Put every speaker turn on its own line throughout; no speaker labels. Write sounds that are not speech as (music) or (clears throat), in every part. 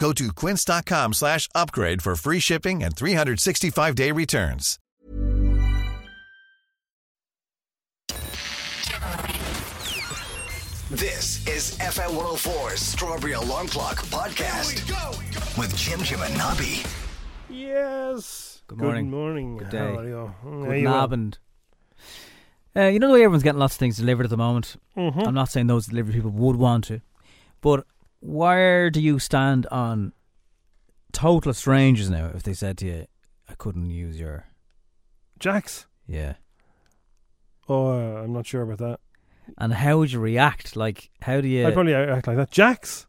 Go to quince.com slash upgrade for free shipping and 365-day returns.
This is FM 104's Strawberry Alarm Clock Podcast with Jim Jim and Nobby.
Yes.
Good morning.
Good morning.
Good day.
How are you? There
Good
you are.
knob and uh, you know the way everyone's getting lots of things delivered at the moment.
Mm-hmm.
I'm not saying those delivery people would want to, but where do you stand on total strangers now? If they said to you, "I couldn't use your,"
Jax.
yeah,
Oh, uh, I'm not sure about that.
and how would you react? Like, how do you?
I'd probably uh, act like that. Jax.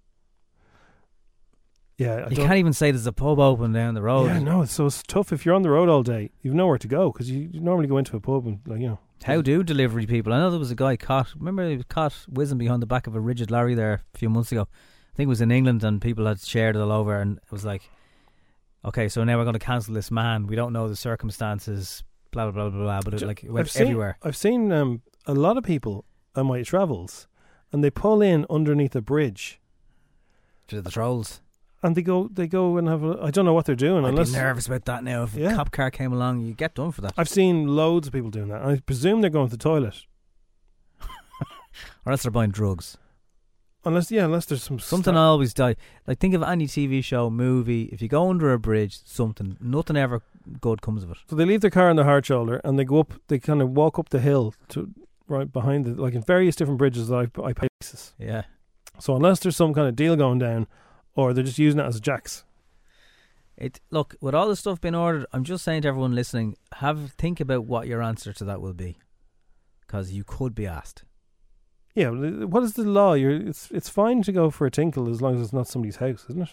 Yeah. uh, I
you
don't-
can't even say there's a pub open down the road.
Yeah, no. So it's tough if you're on the road all day. You've nowhere to go because you, you normally go into a pub and like you know.
How do delivery people? I know there was a guy caught. Remember, he was caught whizzing behind the back of a rigid lorry there a few months ago. I think it was in England, and people had shared it all over, and it was like, okay, so now we're going to cancel this man. We don't know the circumstances. Blah blah blah blah blah. But it,
Ju-
like it went
seen,
everywhere.
I've seen um, a lot of people on my travels, and they pull in underneath a bridge,
To the trolls.
and they go they go and have. A, I don't know what they're doing
I'd
unless
be nervous about that now. If
Yeah.
a cop car came along, you get done for that,
I've seen loads of people doing that. And I presume they're going to the toilet.
or else they're buying drugs.
Unless yeah, unless there's some
Something
sta-
always die. Like think of any TV show, movie. If you go under a bridge, something, nothing ever good comes of it.
So they leave their car on the hard shoulder and they go up. They kind of walk up the hill to right behind the like in various different bridges that I I paces.
Yeah.
So unless there's some kind of deal going down, or they're just using it as jacks.
It look with all the stuff being ordered. I'm just saying to everyone listening, have think about what your answer to that will be, because you could be asked.
Yeah, well, what is the law? You're it's it's fine to go for a tinkle as long as it's not somebody's house, isn't it?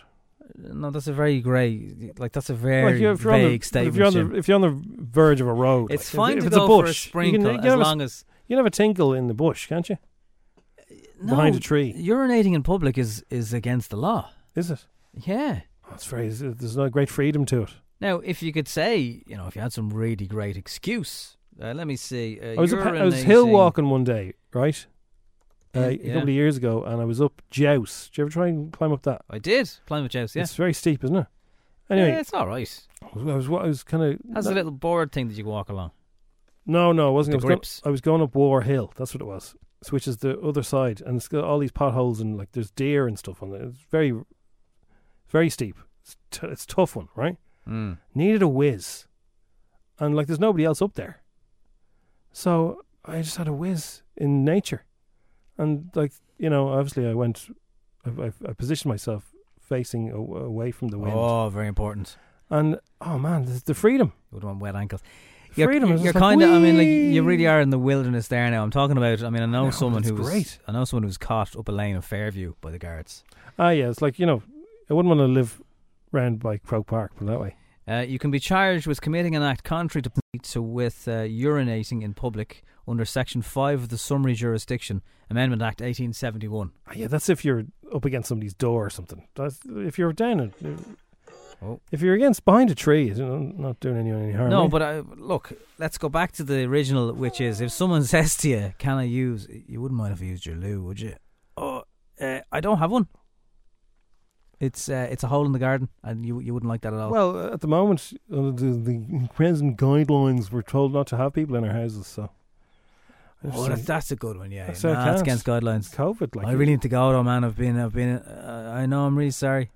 No, that's a very grey, like that's a
you're-
very
you're on the-
vague statement.
If you're on
Jim.
the if you're on the verge of a road,
it's
like,
fine
if,
to
if
go
it's a bush,
for a
you can-
sprinkle
you can,
as
have a,
long as Uh,
you can have a tinkle in the bush, can't you?
no,
behind a tree.
Urinating in public is is against the law.
Is it?
Yeah.
Oh, it's very there's no great freedom to it.
Now, if you could say, you know, if you had some really great excuse, uh, let me see. Uh,
I was, I was hill walking one day, right? Uh,
Yeah,
a
yeah.
couple of years ago, and I was up Jouse. Do you ever try and climb up that?
I did climb Jouse. Yeah.
It's very steep, isn't it? Anyway,
yeah, it's all right.
I was- I was, I was kind of.
That's a little board thing that you walk along.
No, no, I wasn't. I
the
was, going,
grips.
I was going up War Hill. That's what it was. So, which is the other side, and it's got all these potholes and like there's deer and stuff on it. It's very, very steep. It's, t- it's a tough one, right?
Mm.
Needed a whiz, and like there's nobody else up there, so I just had a whiz in nature, and like you know, obviously I went, I, I, I positioned myself facing a, away from the wind,
Oh, very important.
and oh man, the, the freedom.
You would want wet ankles.
Freedom is
You're
just like,
kind of. I mean, like
"Whee!"
you really are in the wilderness there now. I'm talking about. I mean, I know
No,
someone
that's
who was.
great.
I know someone who was caught up a lane in Fairview by the guards.
Ah, yeah, it's like you know, I wouldn't want to live round by Croke Park, put it that way.
Uh, you can be charged with committing an act contrary to to with uh, urinating in public under Section Five of the Summary Jurisdiction Amendment Act 1871.
Ah, yeah, that's if you're up against somebody's door or something. That's if you're down. and-
Oh.
If you're against behind a tree, you know, not doing anyone any harm.
No,
eh?
but I, look, let's go back to the original, which is if someone (laughs) says to you, "Can I use?" You wouldn't mind if I used your loo, would you? Oh, uh, I don't have one. It's uh, it's a hole in the garden, and you you wouldn't like that at all.
well, at the moment, under the, the present guidelines, we're told not to have people in our houses. So,
oh, that's, that's a good one. Yeah,
That's
yeah.
our
Nah, that's
chance.
against guidelines.
COVID. Like
I really need to go, though, man. I've been, I've been. Uh, I know, I'm really sorry.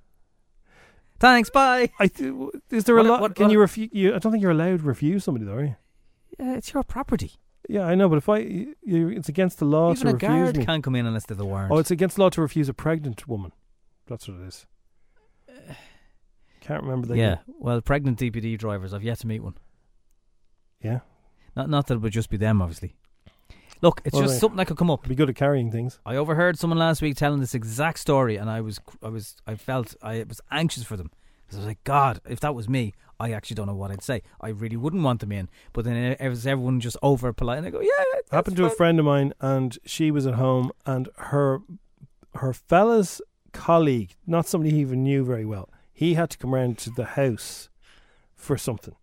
Thanks. Bye.
I th- is there
What-
a lot?
what-
can
what-
you refuse? You, I don't think you're allowed to refuse somebody, though. Are you?
Yeah, it's your property.
Yeah, I know, but if I, you, you- it's against the law
Even
to
a
refuse
guard
me.
can't come in unless they've a warrant.
Oh, it's against the law to refuse a pregnant woman. That's what it
(sighs)
is. Can't remember the
yeah. Well, pregnant DPD drivers. I've yet to meet one.
yeah.
Not not that it would just be them, obviously. Look, it's
Well,
just
they-
something that could come up.
Be good at carrying things.
I overheard someone last week telling this exact story, and I was, I was, I felt I was anxious for them 'Cause I was like, God, if that was me, I actually don't know what I'd say. I really wouldn't want them in. But then it was everyone just over polite, and I go, Yeah, that's
Happened to a
fine."
friend of mine, and she was at home, and her her fella's colleague, not somebody he even knew very well, he had to come round to the house for something,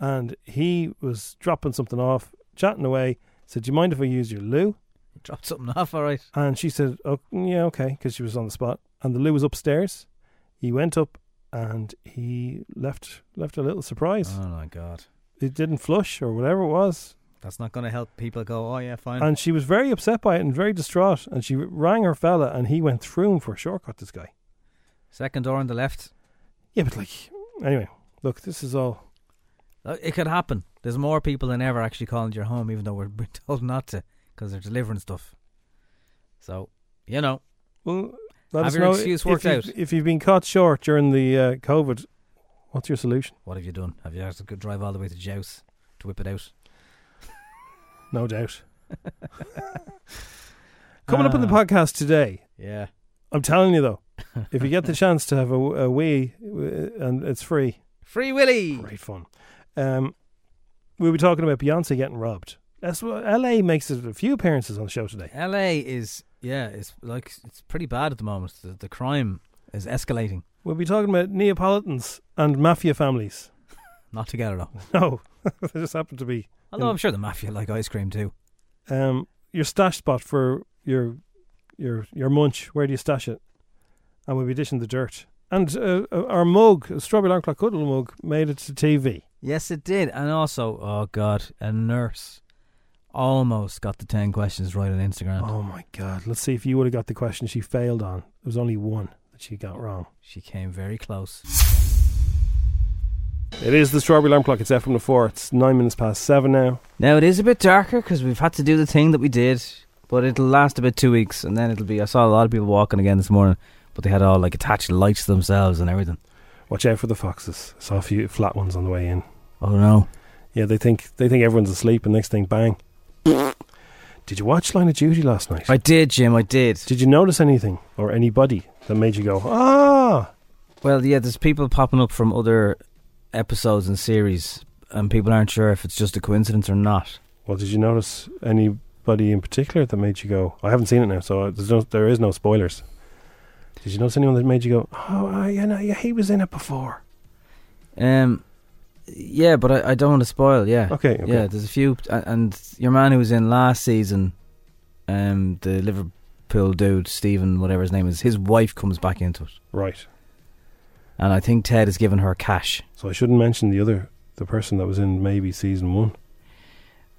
and he was dropping something off, chatting away. Said, "Do you mind if I use your loo?"
Drop something off, all right.
And she said, "Oh, yeah, okay," because she was on the spot. And the loo was upstairs. He went up and he left left a little surprise.
Oh my God,
It didn't flush or whatever it was,
that's not going to help people go. Oh yeah, fine.
and she was very upset by it and very distraught. And she rang her fella, and he went through him for a shortcut. This guy.
Second door on the left.
Yeah, but like anyway, look, this is all.
Uh, It could happen. There's more people than ever actually calling your home, even though we're we're told not to, because they're delivering stuff. So you know,
Well, let
Have
us
your
know
excuse
if
worked
you've-
out.
If you've been caught short during the uh, COVID, what's your solution?
what have you done? Have you had a good drive all the way to Jouse to whip it out?
(laughs) No doubt. Coming up in the podcast today,
Yeah.
I'm telling you though, if you get the chance to have a, a wee uh, and it's free,
Free Willy.
great fun. Um, we'll be talking about Beyonce getting robbed. That's what LA makes it a few appearances on the show today.
LA is yeah, it's like it's pretty bad at the moment. The, the crime is escalating.
We'll be talking about Neapolitans and mafia families.
Not together though.
No, (laughs) they just happen to be
Although I'm sure the mafia like ice cream too.
um, your stash spot for your your your munch. Where do you stash it? And we'll be dishing the dirt. And uh, our mug, strawberry alarm clock cuddle mug, made it to TV.
Yes, it did. And also, oh god, a nurse almost got the ten questions right on Instagram.
Oh my god! Let's see if you would have got the question she failed on. There was only one that she got wrong.
She came very close.
It is the strawberry alarm clock. It's FM four. It's nine minutes past seven now.
Now it is a bit darker because we've had to do the thing that we did, but it'll last about two weeks, and then it'll be. I saw a lot of people walking again this morning, but they had all like attached lights to themselves and everything.
Watch out for the foxes. Saw a few flat ones on the way in.
Oh no!
Yeah, they think they think everyone's asleep, and next thing, bang. Did you watch Line of Duty last night?
I did, Jim. I did.
Did you notice anything or anybody that made you go ah?
Well, yeah, there's people popping up from other episodes and series, and people aren't sure if it's just a coincidence or not.
Well, did you notice anybody in particular that made you go? I haven't seen it now, so there's no, there is no spoilers. Did you notice anyone that made you go? Oh, uh, yeah, no, yeah, he was in it before.
Um, yeah, but I, I don't want to spoil. Yeah,
Okay, okay.
yeah. There's a few, a- and your man who was in last season, um, the Liverpool dude, Stephen, whatever his name is, his wife comes back into it,
Right.
and I think Ted has given her cash.
So I shouldn't mention the other, the person that was in maybe season one.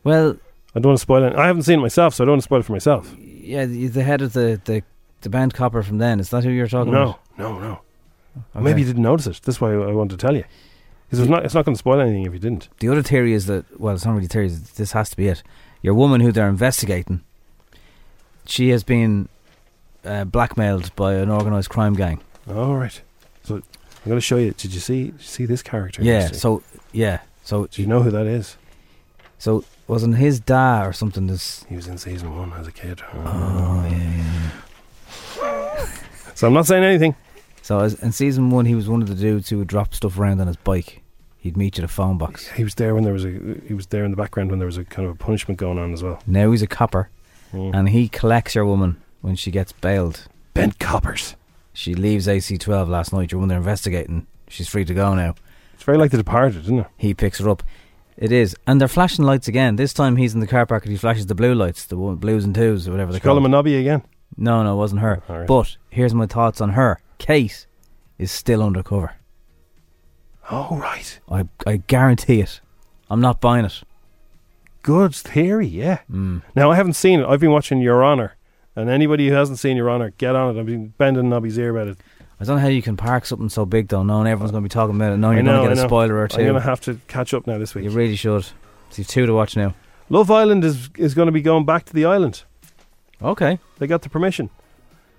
Well,
I don't want to spoil it. I haven't seen it myself, so I don't want to spoil it for myself.
yeah, the, the head of the the the band copper from then is that who you're talking
No,
about?
no, no.
Okay.
Maybe you didn't notice it. That's why I wanted to tell you. Because it's not, it's not going to spoil anything if you didn't.
The other theory is that well, it's not really theory. it's- This has to be it. Your woman who they're investigating, she has been uh, blackmailed by an organised crime gang.
All right. So I'm going to show you. Did you see? Did you see this character?
Yeah.
Kirsty?
So yeah. So
Do you know who that is?
so wasn't his da or something? This.
He was in season one as a kid.
Oh yeah. yeah.
So I'm not saying anything.
So as, in season one, he was one of the dudes who would drop stuff around on his bike. He'd meet you at a phone box.
He was there when there was a. He was there in the background when there was a kind of a punishment going on as well.
Now he's a copper,
Mm.
and he collects your woman when she gets bailed.
Bent coppers.
She leaves AC12 last night. Your woman they're investigating. She's free to go now.
It's very like The Departed, isn't it?
He picks her up. It is, and they're flashing lights again. This time he's in the car park and he flashes the blue lights, the one- blues and twos or whatever
Did
they
you call
call
him a
them.
knobby again?
No, no, it wasn't her.
All right.
But here's my thoughts on her. Kate is still undercover.
Oh right.
I I guarantee it. I'm not buying it.
Good theory. Yeah.
Mm. Hmm.
Now I haven't seen it. I've been watching Your Honor, and anybody who hasn't seen Your Honor, get on it. I've been bending knobby's ear about it.
I I don't know how you can park something so big though, knowing everyone's going to be talking about it, knowing
I
Oh, you're
know,
going to
I
get a
know.
spoiler or
I'm
two.
gonna have to catch up now this week.
You really should. So you've two to watch now.
Love Island is is going to be going back to the island.
Okay.
They got the permission.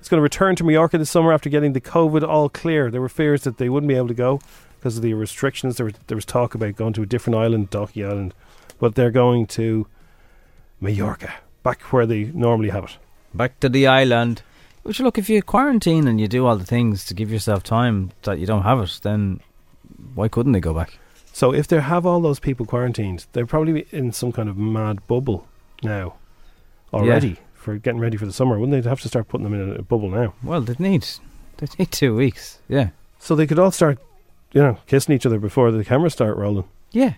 It's going to return to Mallorca this summer after getting the COVID all clear. There were fears that they wouldn't be able to go because of the restrictions. There was there was talk about going to a different island, Docky Island, but they're going to Mallorca, back where they normally have it.
Back to the island. Which look, if you quarantine and you do all the things to give yourself time that you don't have it, then why couldn't they go back?
So if they have all those people quarantined, they're probably in some kind of mad bubble now already for getting ready for the summer. Wouldn't they have to start putting them in a- a bubble now?
Well, they need they need two weeks. Yeah.
So they could all start, you know, kissing each other before the cameras start rolling.
Yeah.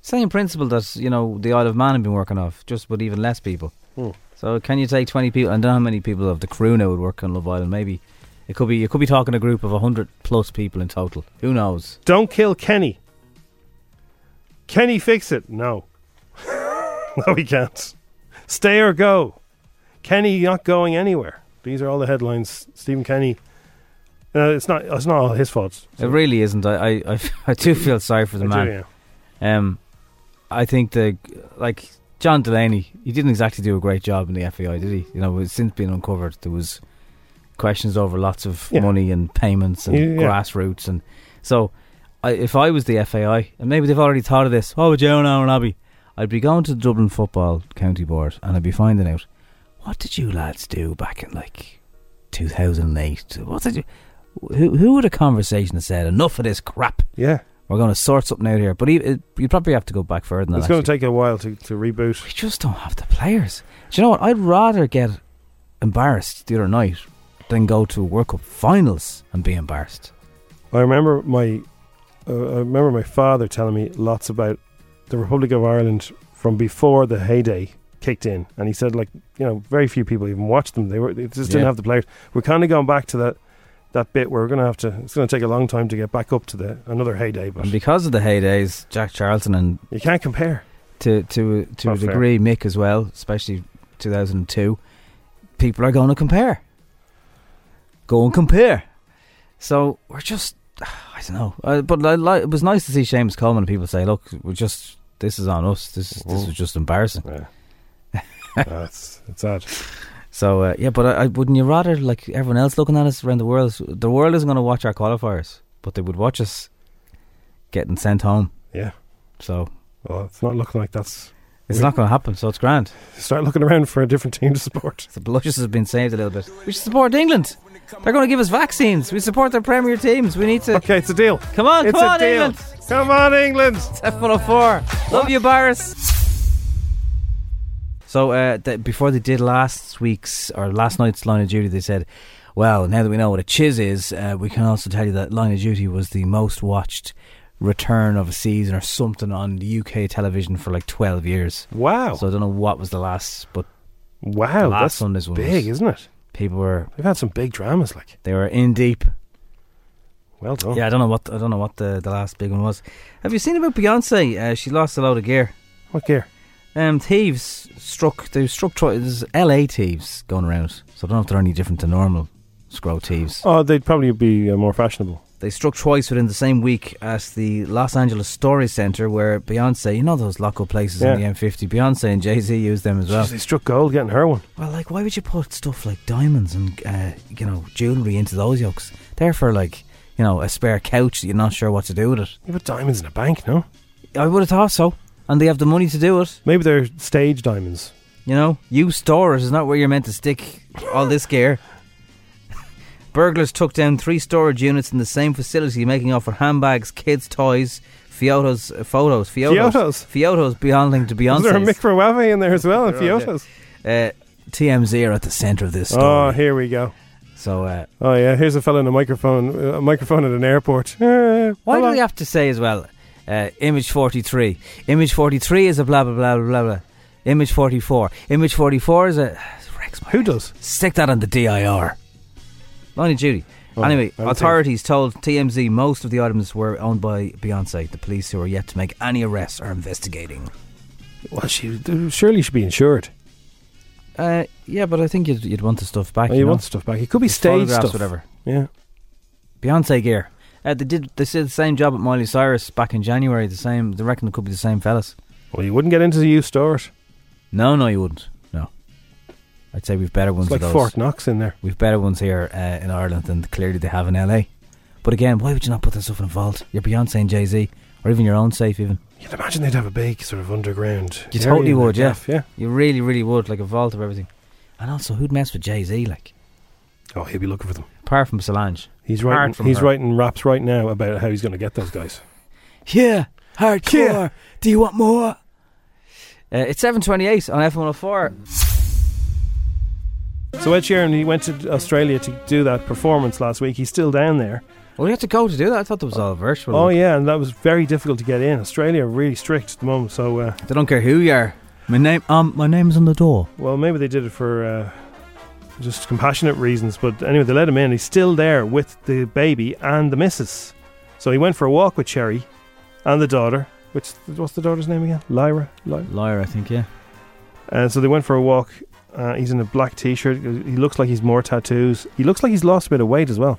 Same principle that, you know, the Isle of Man had been working off, just with even less people.
Hmm.
So can you take 20 people, and I don't know how many people of the crew now would work on Love Island, maybe. It could be, you could be talking a group of 100 plus people in total. Who knows?
Don't kill Kenny. Kenny, fix it. No. (laughs) no, he can't. Stay or go. Kenny not going anywhere. These are all the headlines. Stephen Kenny. No, it's not. It's not all his fault.
It really isn't. I, I, (laughs) I, I do feel sorry for the
I do,
man.
yeah.
Um, I think the like John Delaney, he didn't exactly do a great job in the FAI, did he? You know, it's since being uncovered, there was questions over lots of
Yeah.
money and payments and
Yeah, yeah.
grassroots, and so I, if I was the FAI, and maybe they've already thought of this, oh, Joe and Aaron Abbey, I'd be going to the Dublin Football County Board, and I'd be finding out what did you lads do back in like 2008? What did you? Who who would a conversation have said enough of this crap?
Yeah,
We're going to sort something out here, but he, it, you'd probably have to go back further than
it's
that.
going to
actually.
take a while to, to reboot.
we just don't have the players. Do you know what? I'd rather get embarrassed the other night than go to World Cup finals and be embarrassed.
I remember my, uh, I remember my father telling me lots about the Republic of Ireland from before the heyday kicked in, and he said like you know very few people even watched them. They were they just
Yeah.
didn't have the players. We're kind of going back to that that bit where we're going to have to. It's going to take a long time to get back up to the another heyday, but
And because of the heydays, Jack Charlton and
you can't compare.
to to to a
Not fair.
degree Mick as well, especially 2002, people are going to compare. Go and compare. So we're just, (sighs) I don't know. Uh, but I, li it was nice to see Seamus Coleman. and People say, "Look, we're just this is on us. This this was just embarrassing." (laughs)
Yeah. That's it's sad.
So uh, yeah, but I, I wouldn't you rather like everyone else looking at us around the world? The world isn't going to watch our qualifiers, but they would watch us getting sent home.
Yeah.
So
Well, it's not looking like that's.
it's not going to happen. So it's grand.
Start looking around for a different team to support.
The blushes has been saved a little bit. We should support England. They're going to give us vaccines. We support their premier teams. We need to.
Okay, it's a deal.
Come on,
it's
come
a
on,
deal.
England.
Come on, England.
F104. Love you, Barris. So uh, th- before they did last week's or last night's Line of Duty, they said, "Well, now that we know what a chiz is, uh, we can also tell you that Line of Duty was the most watched return of a season or something on the UK television for like twelve years.
Wow.
So I don't know what was the last, but
wow.
last
That's
Sunday's one was-
big, isn't it?
people were
They've had some big dramas, like
they were in deep.
well done.
Yeah, I don't know what I don't know what the, the last big one was. Have you seen about Beyonce? Uh, she lost a load of gear.
What gear?
Um, thieves struck. They struck. Twi- there's LA thieves going around, so I don't know if they're any different to normal scrow thieves.
Oh, they'd probably be uh, more fashionable.
They struck twice within the same week at the Los Angeles Story Center, where Beyonce, you know those local places in
Yeah.
the M50, Beyonce and Jay Z used them as well.
Jeez, they struck gold getting her one.
Well, like, why would you put stuff like diamonds and uh, you know jewelry into those yokes? They're for like you know a spare couch that you're not sure what to do with it.
You put diamonds in a bank, no?
I would have thought so, and they have the money to do it.
Maybe they're stage diamonds.
You know, you stores is not where you're meant to stick all this gear. (laughs) Burglars took down three storage units in the same facility, making off for handbags, kids' toys, Fiotos, uh, photos, Fiotos,
Fiotos?
Fiotos belonging to
Is there a
Beyonce.
microwave in there as well? And Fiotas.
uh, TMZ are at the centre of this
Oh,
story.
here we go.
so, uh,
Oh yeah, here's a fella in a microphone, uh, a microphone at an airport. (laughs) Eh,
why do
hello.
they have to say as well? Uh, image forty three. Image forty three is a blah blah blah blah blah. blah. Image forty four. Image forty four is a. (sighs) Rex my
Who does?
Stick that on the DIR. Line of duty.
Oh,
anyway,
I don't
authorities told TMZ most of the items were owned by Beyonce. The police, who are yet to make any arrests, are investigating.
Well, she surely should be insured.
Uh, yeah, but I think you'd, you'd want the stuff back.
Oh, you want stuff back? It could be stage stuff,
whatever.
Yeah.
Beyonce gear. Uh, they did. They did the same job at Miley Cyrus back in January. The same. They reckon it could be the same fellas.
Well, you wouldn't get into the used stores.
No, no, you wouldn't. No, I'd say we've better ones.
It's like
of those.
Fort Knox in there.
We've better ones here uh, in Ireland than clearly they have in LA. But again, why would you not put that stuff in a vault? Your Beyonce and Jay Z, or even your own safe, even.
You'd imagine they'd have a big sort of underground.
You
area
totally
in there,
would, yeah.
Jeff, yeah.
You really, really would, like a vault of everything. And also, who'd mess with Jay Z? Like,
Oh, he'll be looking for them.
apart from Solange.
He's
Apart
writing.
from
He's
her.
writing raps right now about how he's going to get those guys.
Yeah, hardcore.
Yeah.
Do you want more? Uh, it's seven twenty-eight on F one hundred four.
So Ed Sheeran, he went to Australia to do that performance last week. He's still down there.
Well, you had to go to do that. I thought that was all virtual.
Oh yeah, and that was very difficult to get in. Australia are really strict at the moment. So uh,
They don't care who you are. My name, um, my name's on the door.
well, maybe they did it for uh, just compassionate reasons. But anyway, they let him in. He's still there with the baby and the missus. So he went for a walk with Cherry and the daughter. Which what's the daughter's name again? Lyra. Lyra.
Lawyer, I think. Yeah.
And so they went for a walk. Uh, he's in a black t-shirt. He looks like he's more tattoos. He looks like he's lost a bit of weight as well.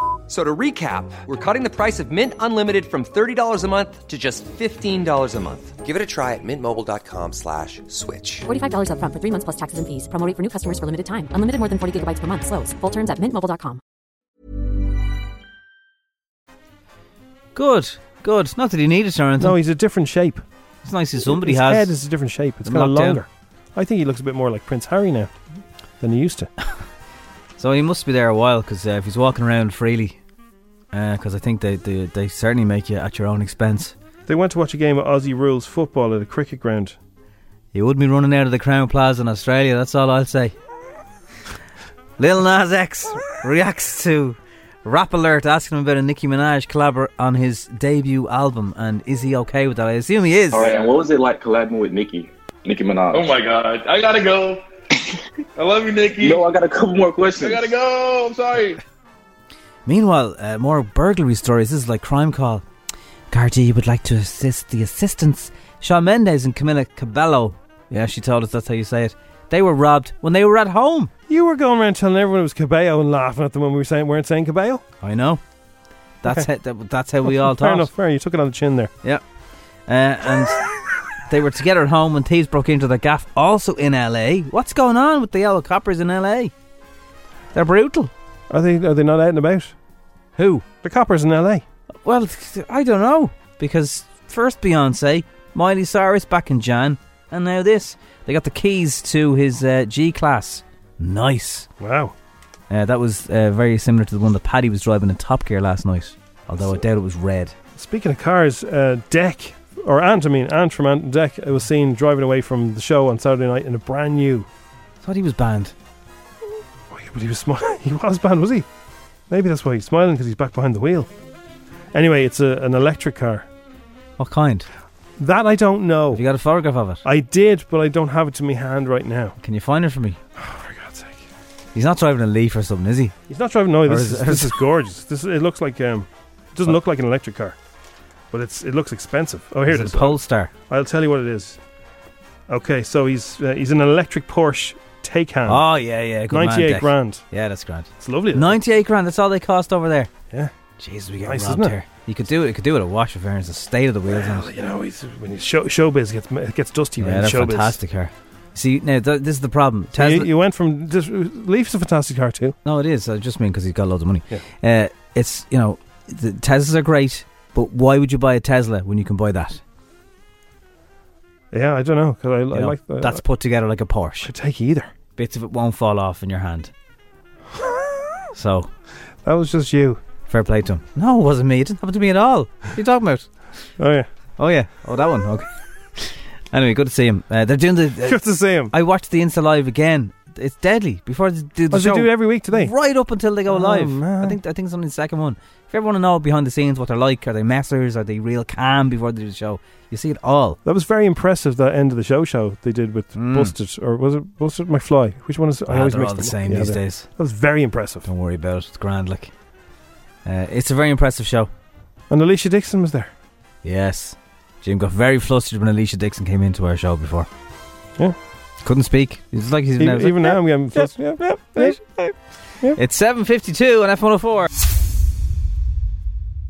So to recap, we're cutting the price of Mint Unlimited from $30 a month to just $15 a month. Give it a try at mintmobile.com slash switch.
$45 upfront for three months plus taxes and fees. Promo rate for new customers for limited time. Unlimited more than 40 gigabytes per month. Slows. Full terms at mintmobile.com.
Good, good. Not that he needed or anything.
No, he's a different shape.
it's nice that somebody
His
has.
head is a different shape. It's
him
kind of
locked down.
longer. I think he looks a bit more like Prince Harry now than he used to.
So he must be there a while because uh, if he's walking around freely, because I think they, they they certainly make you at your own expense.
They went to watch a game of Aussie rules football at a cricket ground.
You would be running out of the Crown Plaza in Australia. That's all I'll say. Lil Nas X reacts to Rap Alert asking him about a Nicki Minaj collab on his debut album, and is he okay with that? I assume he is.
All right, and what was it like collabing with Nicki? Nicki Minaj.
Oh my god, I gotta go. I love you, Nikki.
No, I got a couple more
I
questions.
gotta go. I'm sorry.
Meanwhile, uh, more burglary stories. This is like Crime Call. Gardaí would like to assist the assistants. Shawn Mendes and Camila Cabello. Yeah, she told us that's how you say it. They were robbed when they were at home.
You were going around telling everyone it was Cabello and laughing at them when we were saying weren't saying Cabello.
I know. That's how, that,
(laughs)
that's how we all
fair
talk.
enough. Fair. You took it on the chin there.
Yeah. Uh, and they were together at home when thieves broke into the gaff, also in LA. What's going on with the yellow coppers in LA? They're brutal.
Are they? Are they not out and about?
Who?
The coppers in L.A.
Well, I don't know. Because first Beyonce, Miley Cyrus back in Jan, and now this. They got the keys to his uh, G Class. Nice.
Wow.
Uh, that was uh, very similar to the one that Paddy was driving in Top Gear last night. Although I doubt it was red.
Speaking of cars, uh, Deck or Ant, I mean Ant from Ant and Deck, I was seen driving away from the show on Saturday night in a brand new. Oh,
thought he was banned.
But he was smiling. (laughs) He was banned, was he? Maybe that's why he's smiling because he's back behind the wheel. Anyway, it's a, an electric car.
What kind?
That I don't know.
Have you got a photograph of it?
I did, but I don't have it to my hand right now.
Can you find it for me?
Oh, for God's sake!
He's not driving a Leaf or something, is he?
He's not driving. No, this
is
is,
it- (laughs)
this is gorgeous. This it looks like um, it doesn't look like an electric car, but it's it looks expensive. Oh, here
Is
it
it
is.
a Polestar.
I'll tell you what it is. Okay, so he's uh, he's an electric Porsche Taycan.
Oh yeah, yeah. Good man,
98
Dick.
grand.
Yeah, that's grand.
It's lovely. isn't it?
Ninety-eight grand. That's all they cost over there.
Yeah.
Jesus, we get
Nice,
robbed
isn't it?
here. You could do it. You could do it at wash if there's the state of the wheels on
Well,
it.
you know, he's, when you show, showbiz gets it gets dusty.
Yeah,
when
they're
showbiz.
fantastic here. See, now th- this is the problem.
So
Tesla,
You, you went from this, Leaf's a fantastic car too.
no, it is. I just mean because he's got loads of money.
Yeah.
Uh, it's you know, the Teslas are great, but why would you buy a Tesla when you can buy that?
Yeah, I don't know because I,
You
I
know,
like the, uh,
that's put together like a Porsche.
could take either.
Bits of it won't fall off in
(laughs)
your hand. so
That was just you.
fair play to him. No, it wasn't me. It didn't happen to me at all. What are you talking about?
Oh yeah,
Oh yeah. Oh, that one.
(laughs)
Okay. anyway, good to see him. Uh, they're doing the.
good to see him.
I watched the Insta live again. It's deadly. Before they do the
Oh, they
show,
do it every week today.
right up until they go
Oh,
live.
man.
I think I think it's only the second one. If you ever want to know behind the scenes what they're like, are they messers? Are they real calm before they do the show? You see it all.
That was very impressive. That end of the show show they did with
Mm.
Busted or was it Busted McFly? Which one is? it? I
Ah,
always
they're
mix
all the
them up.
same
Yeah,
these
they-
days.
That was very impressive.
Don't worry about it. It's grand. Like, uh, it's a very impressive show.
And Alicia Dixon was there.
Yes, Jim got very flustered when Alicia Dixon came into our show before.
Yeah.
couldn't speak. It's like he's
Even,
now.
even now, I'm getting flustered. Yeah, yeah, yeah.
It's seven fifty-two on F one hundred four.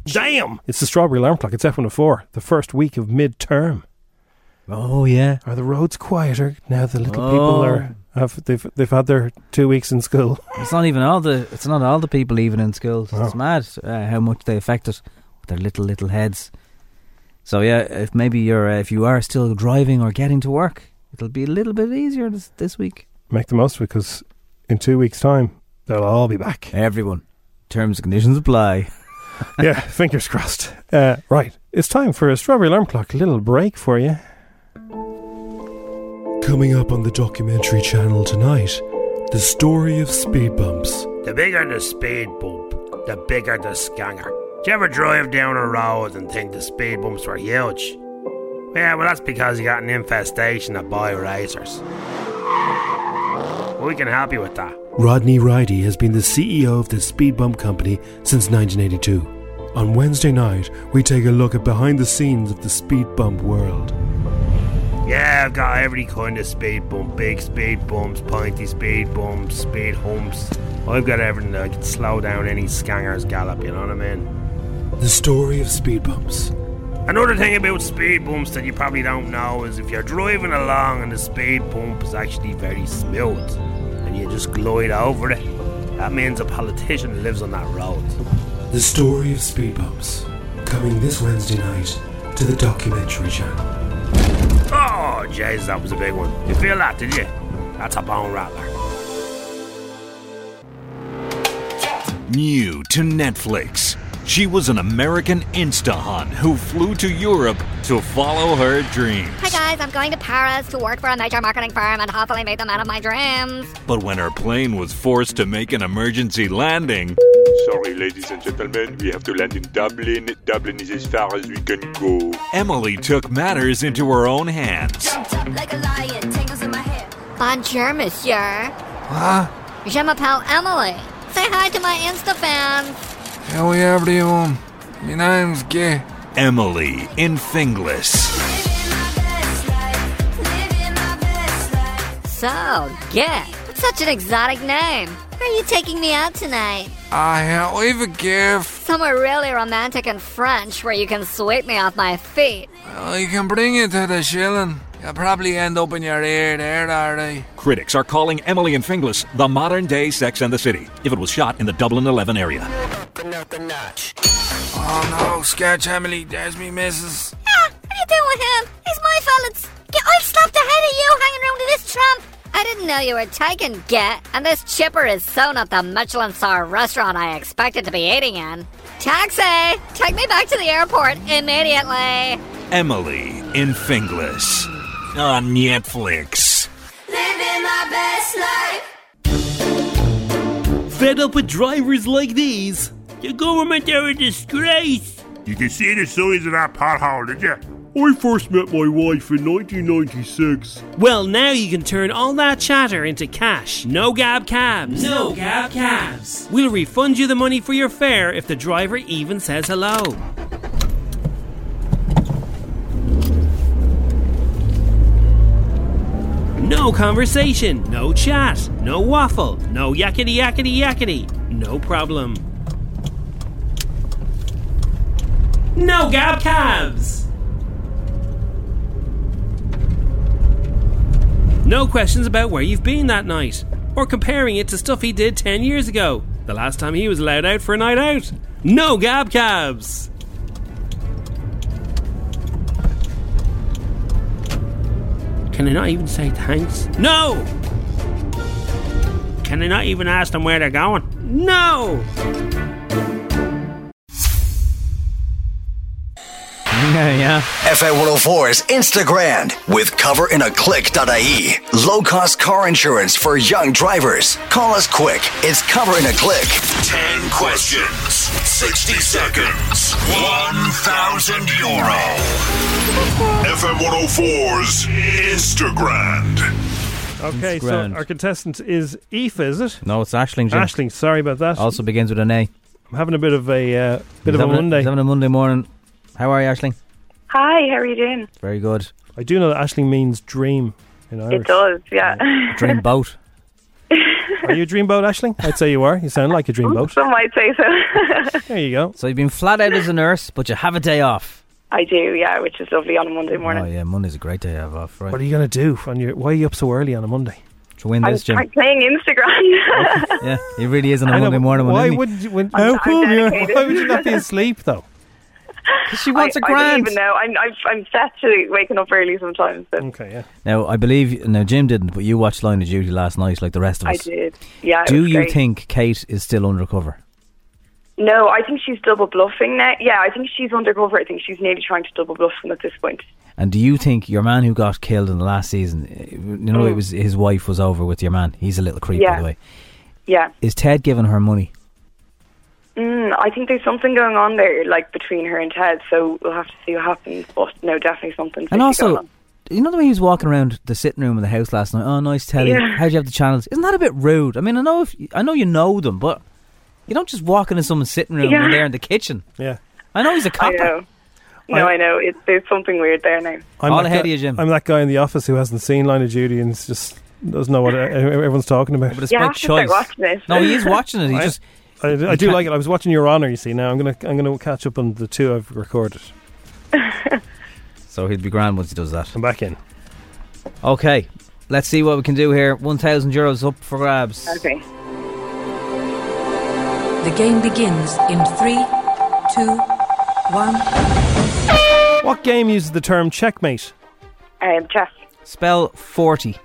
Damn! It's the strawberry alarm clock. It's F104. The first week of midterm.
Oh yeah.
Are the roads quieter now? The little people
Oh.
are have they've they've had their two weeks in school. (laughs)
It's not even all the. It's not all the people even in school. It's- It's
Oh.
mad uh, how much they affect us with their little little heads. So yeah, if maybe you're uh, if you are still driving or getting to work, it'll be a little bit easier this, this week.
Make the most of it because in two weeks' time they'll all be back.
Everyone, terms and conditions apply. (laughs)
yeah, fingers crossed. Uh, right, it's time for a strawberry alarm clock. little break for you.
Coming up on the documentary channel tonight, the story of speed bumps.
The bigger the speed bump, the bigger the scanger. Do you ever drive down a road and think the speed bumps were huge? Yeah, well, that's because you got an infestation of boy racers. We can help you with that.
Rodney Ridey has been the CEO of the Speed Bump Company since 1982. On Wednesday night, we take a look at behind the scenes of the speed bump world.
Yeah, I've got every kind of speed bump big speed bumps, pointy speed bumps, speed humps. I've got everything that can slow down any scanger's gallop, you know what I mean?
The story of speed bumps.
Another thing about speed bumps that you probably don't know is if you're driving along and the speed bump is actually very smooth and you just glide over it, that means a politician lives on that road.
The story of speed bumps. Coming this Wednesday night to the documentary channel.
Oh, Jesus, that was a big one. You feel that, did you? That's a bone rattler.
New to Netflix. She was an American Instahun who flew to Europe to follow her dreams.
Hi guys, I'm going to Paris to work for a nature marketing firm and hopefully make them out of my dreams.
But when her plane was forced to make an emergency landing,
Sorry, ladies and gentlemen, we have to land in Dublin. Dublin is as far as we can go.
Emily took matters into her own hands.
Like a lion, tangles in my hair. Bonjour, monsieur. Je m'appelle Emily. Say hi to my Insta fans.
Hello everyone, my name's Gay.
Emily in Finglas.
So, yeah, that's such an exotic name. Where are you taking me out tonight?
I uh, leave a gift.
Somewhere really romantic and French where you can sweep me off my feet.
Well, uh, you can bring it to the shilling. You'll probably end up in your ear there, Daddy.
Critics are calling Emily in Finglas the modern day Sex and the City if it was shot in the Dublin 11 area.
Oh no, sketch Emily, there's me missus.
Ah, what are you doing with him? He's my fellas. Get, I've slapped ahead of you hanging around with this tramp. I didn't know you were taken, get, and this chipper is so not the Michelin star restaurant I expected to be eating in. Taxi! Take me back to the airport immediately!
Emily in Finglas on Netflix.
Living my best life!
Fed up with drivers like these? The government are a disgrace.
You can see the size of that pothole, did you?
I first met my wife in 1996.
Well, now you can turn all that chatter into cash. No gab cabs.
No gab cabs.
We'll refund you the money for your fare if the driver even says hello. No conversation, no chat, no waffle, no yakety yakety yakety. No problem. No gab cabs. No questions about where you've been that night, or comparing it to stuff he did 10 years ago, the last time he was allowed out for a night out. No gab cabs! Can I not even say thanks? No! Can I not even ask them where they're going? No!
(laughs) Yeah, yeah.
FA 104's Instagram with coverinaclick.ie. Low cost car insurance for young drivers. Call us quick. It's Cover in a Click.
10 questions, 60 seconds, 1,000 euro. FM 104's Instagram.
Okay, so
grand.
our contestant is Aoife, is it?
No, it's Ashling. Jim.
Ashling, sorry about that.
Also begins with an A.
I'm having a bit of a uh, bit
He's
of a
having
Monday.
he's having a Monday morning. How are you, Ashling?
Hi, how are you doing?
Very good.
I do know that Ashling means dream in Irish.
It does, yeah. (laughs)
Dream boat.
Are you a dreamboat, Ashling? I'd say you are. You sound like a dreamboat.
Some might say so.
(laughs) There you go.
So you've been flat out as a nurse, but you have a day off.
I do, yeah, which is lovely on a Monday morning.
Oh yeah, Monday's a great day to have off, right?
What are you going to do? On your, why are you up so early on a Monday?
To win
I'm,
this, Jim.
I'm playing Instagram.
Yeah, it really is on
I
a
know,
Monday
but
morning. one,
Why
isn't it?
would you? When,
I'm-
how
I'm
come you?
dedicated.
Why would you not be asleep
(laughs)
though?
She
I, I don't even know. I'm, I'm, I'm set to waking up early sometimes. So
Okay, yeah.
Now I believe now Jim didn't, but you watched Line of Duty last night, like the rest of
I
us.
did. Yeah. it
Do
was
you
great.
think Kate is still undercover?
No, I think she's double bluffing now. Yeah, I think she's undercover. I think she's nearly trying to double bluff them at this point.
And do you think your man who got killed in the last season, eh, you know, it was his wife was over with your man. He's a little creep, by
Mm. Yeah.
the way.
Yeah.
Is Ted giving her money?
Mm, I think there's something going on there, like between her and Ted. So we'll have to see what happens. But no, definitely something.
and also, you know the way he was walking around the sitting room of the house last night. Oh, nice telly.
Yeah.
How'd you have the channels? Isn't that a bit rude? I mean, I know if I know you know them, but you don't just walk into someone's sitting room
Yeah.
and they're in the kitchen.
Yeah.
I know he's a
I
copper.
know. No, I, know. It, there's something weird there now.
that guy,
Jim.
I'm that guy in the office who hasn't seen Line of Duty and is just doesn't know what e- everyone's talking about.
But it's You by have to start choice. watching it. No, he is
(laughs)
watching it. He
I,
just-
I, I
you
do
can't-
like it. I was watching Your Honor. You see, now I'm gonna I'm gonna catch up on the two I've recorded.
So he'd be grand once he does that. I'm
back in.
Okay, let's see what we can do here. One thousand euros up for grabs.
Okay.
The game begins in three, two, one.
What game uses the term checkmate?
Um, Jeff,
Spell forty.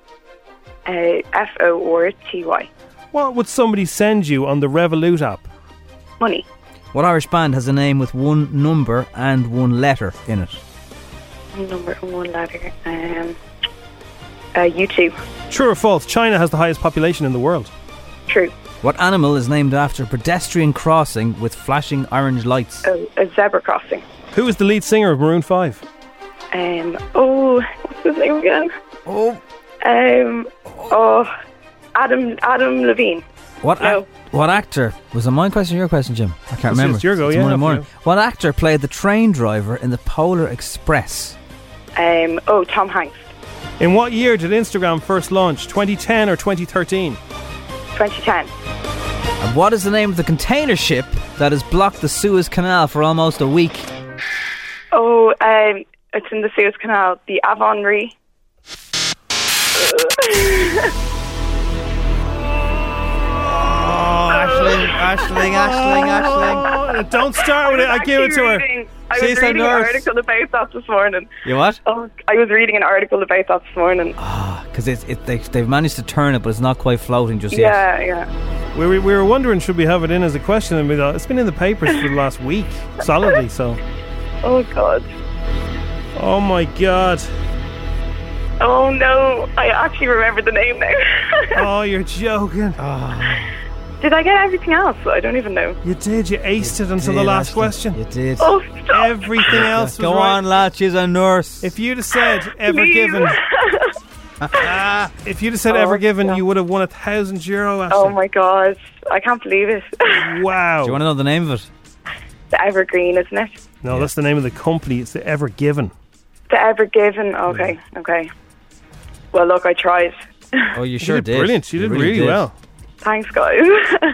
uh, F O R T Y.
What would somebody send you on the Revolut app?
Money.
What Irish band has a name with one number and one letter in it?
Number one ladder. Um, uh, you two.
True or false? China has the highest population in the world.
True.
What animal is named after a pedestrian crossing with flashing orange lights?
Oh, a zebra crossing.
Who is the lead singer of Maroon Five?
Um, oh, what's his name again?
Oh.
Um, oh, Adam Adam Levine.
What ac- what actor was it my question or your question, Jim? I can't
It's-
remember.
it's your go, yeah,
Monday
up to
morning.
you.
What actor played the train driver in the Polar Express?
Um, oh, Tom Hanks.
In what year did Instagram first launch? 2010 or 2013?
2010.
And what is the name of the container ship that has blocked the Suez Canal for almost a week?
Oh, um, it's in the Suez Canal. The Avonry.
Ashling, Ashling, Ashling,
Oh.
Ashling.
Don't start with it. I give it to her.
I
She's
was
the
reading an
nurse.
article about that this morning.
You what?
Oh, I was reading an article about that this morning.
Oh,
Because it, it, they, they've managed to turn it, but it's not quite floating just yet.
yeah, yeah.
We were, we were wondering should we have it in as a question, and we thought it's been in the papers for the last week solidly. So,
(laughs) Oh God.
oh my god, (laughs)
Oh no, I actually remember the name now. (sighs)
oh you're joking. Oh.
Did I get everything else? I don't even know.
You did. You aced it until the
did,
last
Ashton.
question.
You did.
Oh, stop.
Everything else was
Go
right.
on, lad. She's a nurse.
If you'd have said ever
Leave.
given, Ah, if you'd have said
Oh,
ever given, you would have won a thousand euro. Ashton.
(laughs) Oh my god, I can't believe it.
Wow.
Do you want to know the name of it?
the Evergreen, isn't it?
No, that's the name of the company. It's the Ever Given.
The Ever Given. Okay, okay. Well, look, I tried. (laughs)
Oh, you
She
sure
did
did.
brilliant. She
You
did really
did.
well.
Thanks, guys.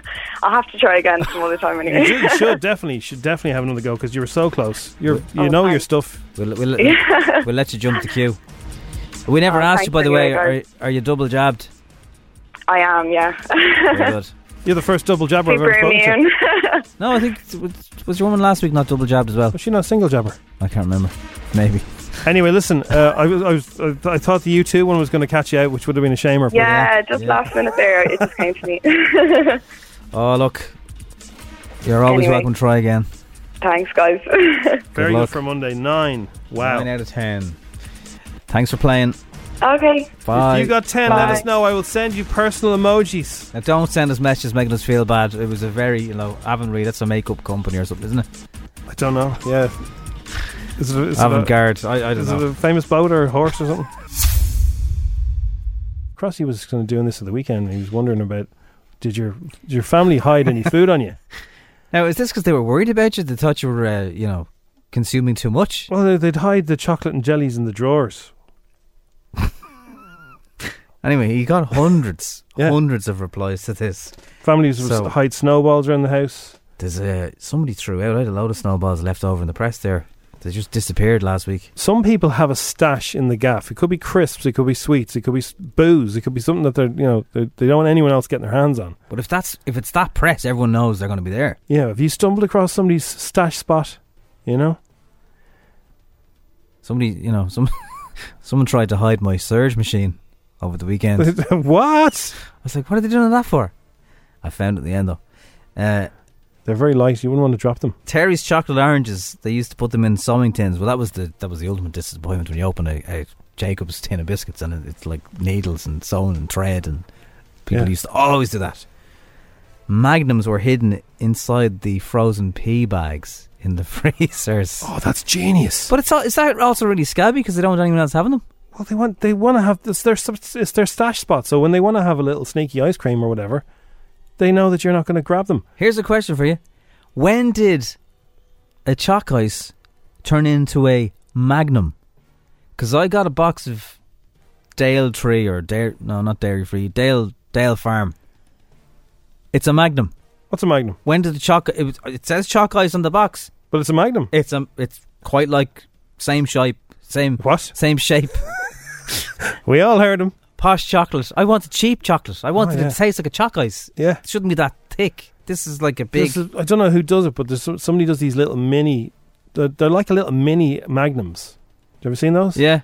(laughs) I'll have to try again some other time
You,
anyway.
do, (laughs) you should definitely, you should definitely have another go because you were so close. You're,
Oh,
you know your stuff.
We'll, (laughs) we'll, we'll let you jump the queue. We never
Oh,
asked
thanks
you, by the way,
anyway,
are,
guys.
are you double jabbed?
(laughs) I am, yeah. (laughs)
Very good.
You're the first double jabber
Super
I've ever spoken
immune. (laughs)
to.
No, I think was, was your woman last week not double jabbed as well?
Was she not single jabber?
I can't remember. Maybe.
Anyway, listen, uh, I, was, I, was, I th- I thought the U2 one was going to catch you out, which would have been a shamer. but-
yeah, just last minute there, it just came to me.
Oh look, you're always
Anyway.
welcome. to Try again.
Thanks, guys. (laughs)
Very
luck.
good for Monday. Nine. Wow.
Nine out of ten. Thanks for playing.
okay.
Bye.
If you got 10, let us know. I will send you personal emojis.
Now, don't send us messages making us feel bad. It was a very, you know, Avonry. That's a makeup company or something, isn't it?
I don't know. Yeah. Is it a- is it a-
Avant-garde. I- I don't
is
know.
it a famous boat or a horse or something? Crossy was kind of doing this at the weekend. and He was wondering about did your did your family hide any food on (laughs) you?
Now, is this because they were worried about you? They thought you were, uh, you know, consuming too much.
Well, they- they'd hide the chocolate and jellies in the drawers.
(laughs) Anyway, he got hundreds, hundreds of replies to this.
Families would
So-
hide snowballs around the house.
There's uh, somebody threw out. I had a load of snowballs left over in the press. There, they just disappeared last week.
Some people have a stash in the gaff. It could be crisps, it could be sweets, it could be s- booze, it could be something that they're you know they, they don't want anyone else getting their hands on.
But if that's if it's that press, everyone knows they're going to be there.
Yeah, have you stumbled across somebody's stash spot? You know.
Somebody, you know, some (laughs) someone tried to hide my surge machine over the weekend.
(laughs) what?
I was like, what are they doing that for? I found it at the end though. Uh,
They're very light. You wouldn't want to drop them.
Terry's chocolate oranges. They used to put them in sewing tins. Well, that was the that was the ultimate disappointment when you open a, a Jacob's tin of biscuits and it- it's like needles and sewing and thread and people
Yeah.
used to always do that. Magnums were hidden inside the frozen pea bags in the (laughs) freezers.
Oh, that's genius.
But it's al- is that also really scabby because they don't want anyone else having them?
Well, they want they want to have it's their sub- it's their stash spot. So when they want to have a little sneaky ice cream or whatever, they know that you're not going to grab them.
Here's a question for you: When did a chalk ice turn into a Magnum? Because I got a box of Dale Tree or Dare no, not Dairy Free Dale Dale Farm. It's a Magnum.
What's a Magnum?
When did the chalk? It, was- it says chalk ice on the box,
but it's a Magnum.
It's a it's quite like same shape, same
what?
Same shape.
(laughs) we all heard them.
Posh chocolate. I wanted cheap chocolate. I wanted
yeah.
it to taste like a chalk ice.
Yeah,
it shouldn't be that thick. This is like a big.
This is- I don't know who does it, but there's some, somebody does these little mini. They're, they're like a little mini Magnums. You ever seen those?
Yeah.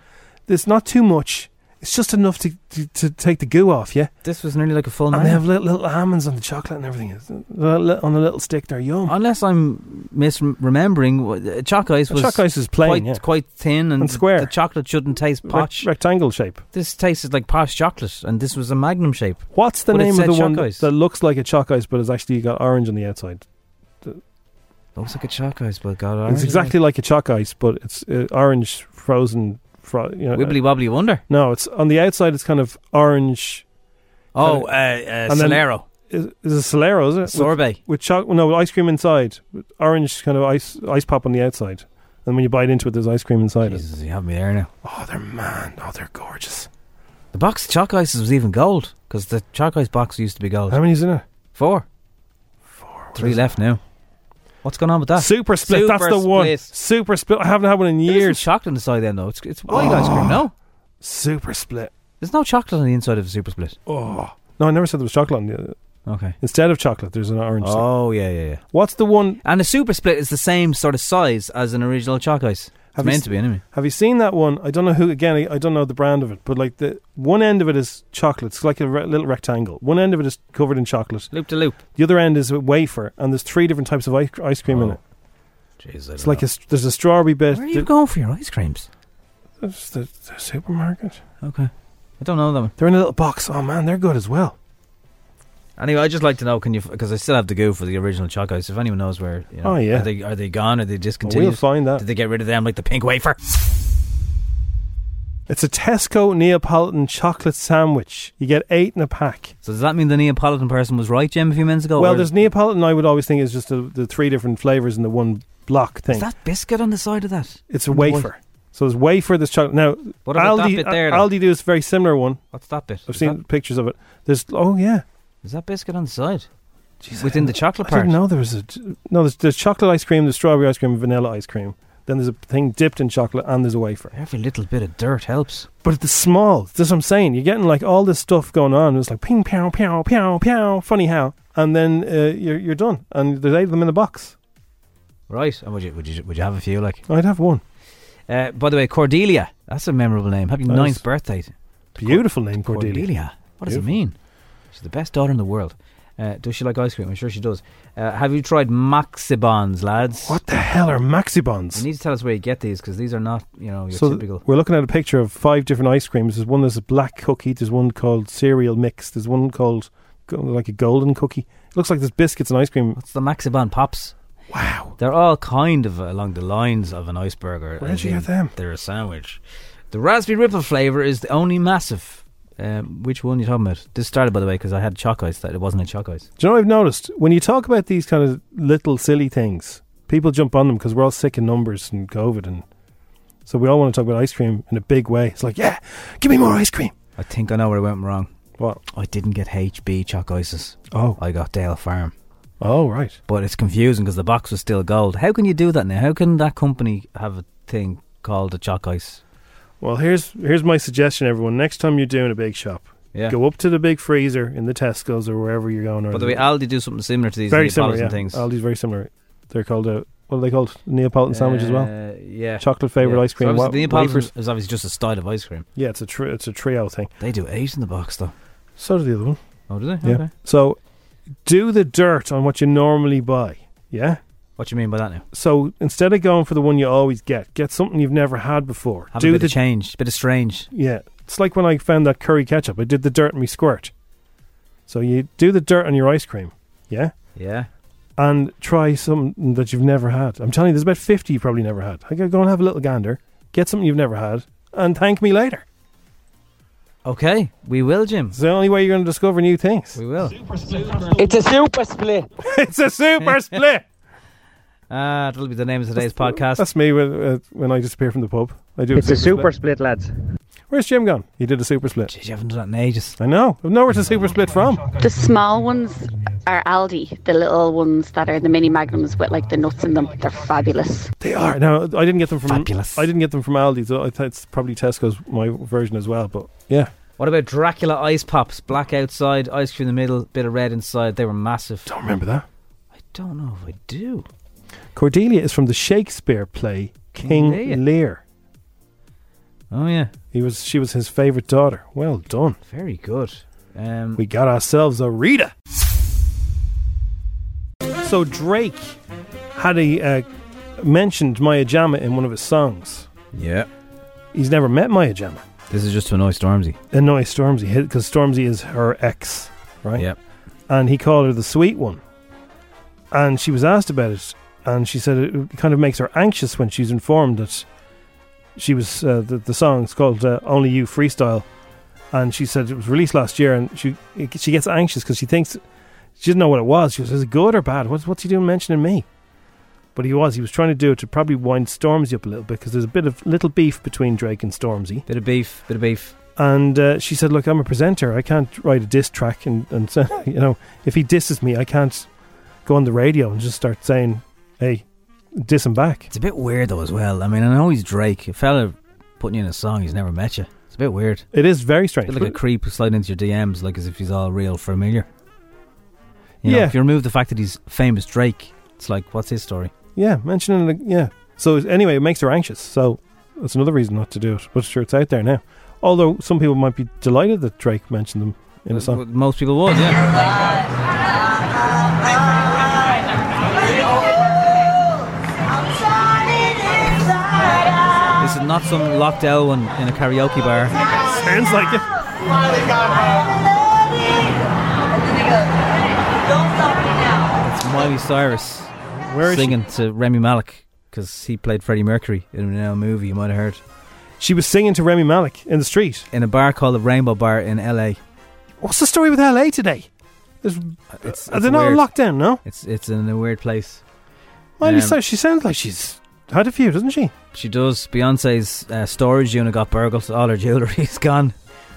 It's not too much. It's just enough to to, to take the goo off. Yeah.
This was nearly like a full.
And they
Magnum.
have little, little almonds on the chocolate and everything. It's, uh, li- On a little stick, they're yum.
Unless I'm misremembering, uh, chalk ice
A
was
chalk ice is plain,
quite,
yeah.
quite thin and,
And square.
The chocolate shouldn't taste
Rec-
posh.
rectangle shape.
This tasted like posh chocolate, and this was a magnum shape.
What's the
But it
name of
said
the
chalk
one that,
ice.
that looks like a chalk ice but has actually got orange on the outside?
Looks like a chalk ice, but God,
it's exactly like a chalk ice, but it's uh, orange frozen. Fro- you know, uh,
Wibbly wobbly wonder.
No, it's on the outside. It's kind of orange.
Oh,
kinda-
uh, uh,
and then-
Solero.
Is, is it Solero? Is it With-
Sorbet.
with, chocolate? No, with ice cream inside. With orange kind of ice ice pop on the outside, and when you bite into it, there's ice cream inside
Jesus, you have me there now.
Oh, they're man. Oh, they're gorgeous.
The box of chalk ices was even gold because the chalk ice box used to be
it.
gold.
How many's in it?
Four. Four. Three left now. What's going on with that?
Super split. that's the one. Super split. I haven't had one in years.
There's chocolate inside then though. It's it's white ice cream. No.
(gasps) Super split.
There's no chocolate on the inside of a super split.
Oh. No, I never said there was chocolate on the.
Okay.
Instead of chocolate, there's an orange. side.
Oh yeah, yeah, yeah.
What's the one?
And a super split is the same sort of size as an original chalk ice. It's
Have you
meant
s-
to be anyway.
Have you seen that one? I don't know who. Again, I, I don't know the brand of it, but like the one end of it is chocolate. It's like a re- little rectangle. One end of it is covered in chocolate.
Loop to loop.
The other end is a wafer, and there's three different types of ice, ice cream in it.
Oh, Jeez, I
It's
don't
like a,
know.
s- there's a strawberry bit.
Where are you going for your ice creams?
It's the, the supermarket.
Okay. I don't know them.
They're in a little box. Oh man, they're good as well.
Anyway, I just like to know can you because I still have the goo for the original Chocos. If anyone knows where, you know,
Oh, yeah.
are they are they gone? Are they discontinued?
find that.
Did they get rid of them like the pink wafer?
It's a Tesco Neapolitan chocolate sandwich. You get eight in a pack.
So does that mean the Neapolitan person was right, Jim, a few minutes ago?
well,
Or
there's Neapolitan. I would always think is just the, the three different flavors in the one block thing.
is that biscuit on the side of that?
It's a wafer. So there's wafer. There's chocolate. Now,
What about that
Aldi,
bit there,
Al-
though?
Aldi do this very similar one.
What's that bit?
I've
Is
seen pictures of it. There's oh yeah,
Is that biscuit on the side? Within the chocolate
I
part.
didn't know there was a no. There's, there's chocolate ice cream, there's strawberry ice cream, and vanilla ice cream. Then there's a thing dipped in chocolate, and there's a wafer.
Every little bit of dirt helps.
But it's small. That's what I'm saying. You're getting like all this stuff going on. It's like ping, pow, pow, pow, pow. Funny how, and then uh, you're you're done. And there's eight of them in a box.
Right. And would you would you would you have a few like?
I'd have one.
Uh, by the way, Cordelia. That's a memorable name. Happy
Nice.
ninth birthday. to
Beautiful name,
Cor-
Cordelia.
Cordelia. What does
Beautiful.
it mean? She's the best daughter in the world. Uh, does she like ice cream? I'm sure she does. Uh, have you tried Maxibons, lads? What
the hell are Maxibons?
You need to tell us where you get these because these are not, you know, your
So th-
typical.
we're looking at a picture of five different ice creams. There's one that's a black cookie. There's one called cereal mix. There's one called go- like a golden cookie. It looks like there's biscuits and ice cream.
What's the Maxibon Pops?
Wow.
They're all kind of along the lines of an iceberger.
Where'd
as
you get
in
them?
They're a sandwich. The raspberry ripple flavour is the only massive. Um, which one you talking about? This started, by the way, because I had choc ice. That it wasn't a choc ice.
Do you know what I've noticed? When you talk about these kind of little silly things, people jump on them because we're all sick in numbers and COVID, and so we all want to talk about ice cream in a big way. It's like, yeah, give me more ice cream.
I think I know where I went wrong.
What?
I didn't get HB Chalk Ices.
Oh.
I got Dale Farm.
Oh, right.
But it's confusing because the box was still gold. How can you do that now? How can that company have a thing called a Chalk Ice?
Well, here's here's my suggestion, everyone. Next time you're doing a big shop,
Yeah.
go up to the big freezer in the Tesco's or wherever you're going. or
By the way, Aldi do something similar to these
very
Neapolitan
similar. Yeah.
things.
Aldi's very similar. They're called a what are they called? Neapolitan sandwich as well.
Uh, yeah.
chocolate flavored
Yeah.
ice cream.
So
wa-
obviously the Neapolitan
wafers.
is obviously just a style of ice cream.
Yeah, it's a tri- it's a trio thing.
They do eight in the box though.
So do the other one.
Oh, do they?
Yeah.
Okay.
So do the dirt on what you normally buy. Yeah.
What do you mean by that now?
So instead of going for the one you always get, get something you've never had before.
Have
do
a bit
the
of change, bit of strange.
Yeah, it's like when I found that curry ketchup. I did the dirt and we squirt. So you do the dirt on your ice cream, yeah,
Yeah.
and try something that you've never had. I'm telling you, there's about fifty you probably never had. I go go and have a little gander, get something you've never had, and thank me later.
Okay, we will, Jim.
It's the only way you're going to discover new things.
We will.
It's a super split. (laughs) it's a
(laughs)
super split.
Ah, that'll be the name of today's podcast.
That's me when, uh, when I disappear from the pub. I do.
It's a super split, lads.
Where's Jim gone? He did a super split.
you haven't done that in ages.
I know. I've nowhere to super split from.
The small ones are Aldi. The little ones that are the mini magnums with like the nuts in them. They're fabulous.
They are. Now I didn't get them from. I didn't get them from Aldi, so I think it's probably Tesco's my version as well. But yeah,
What about Dracula ice pops? Black outside, ice cream in the middle, bit of red inside. They were massive. Don't
remember that.
I don't know if I do.
Cordelia is from the Shakespeare play King
Cordelia.
Lear.
Oh yeah,
he was. She was his favorite daughter. Well done.
Very good. Um,
We got ourselves a Rita. So Drake had a uh, mentioned Maya Jama in one of his songs.
Yeah.
He's never met Maya Jama.
This is just to annoy Stormzy.
Annoy Stormzy because Stormzy is her ex, right?
Yep.
And he called her the sweet one. And she was asked about it, and she said it kind of makes her anxious when she's informed that she was uh, the the song's called uh, "Only You Freestyle," and she said it was released last year, and she she gets anxious because she thinks she didn't know what it was. She was is it good or bad? What's what's he doing mentioning me? But he was he was trying to do it to probably wind Stormzy up a little bit because there's a bit of little beef between Drake and Stormzy.
Bit of beef, bit of beef.
And uh, she said, "Look, I'm a presenter. I can't write a diss track, and and so, (laughs) you know, if he disses me, I can't go on the radio and just start saying, hey, diss him back."
It's a bit weird though as well. I mean, I know he's Drake, a fella putting you in a song he's never met you. It's a bit weird.
It is very strange.
Bit like a creep sliding into your DMs, like as if he's all real familiar. You know,
Yeah.
If you remove the fact that he's famous Drake, it's like, what's his story?
Yeah, mentioning the yeah. So anyway, it makes her anxious. So that's another reason not to do it. But sure, it's out there now. Although some people might be delighted that Drake mentioned them in a song.
Most people would, yeah. This is not some locked Elwin in a karaoke bar.
Sounds like it.
Finally got home.
It's Miley Cyrus
Where is she?
singing to Remy Malik because he played Freddie Mercury in a now movie you might have heard.
She was singing to Remy Malik in the street
in a bar called the Rainbow Bar in L.A.
What's the story with LA today? There's,
It's,
are they not on lockdown? No,
It's it's in a weird place.
Miley
Um,
Cyrus. She sounds like she's had a few, doesn't she?
She does. Beyonce's uh, storage unit got burgled. All her jewelry (laughs) is gone.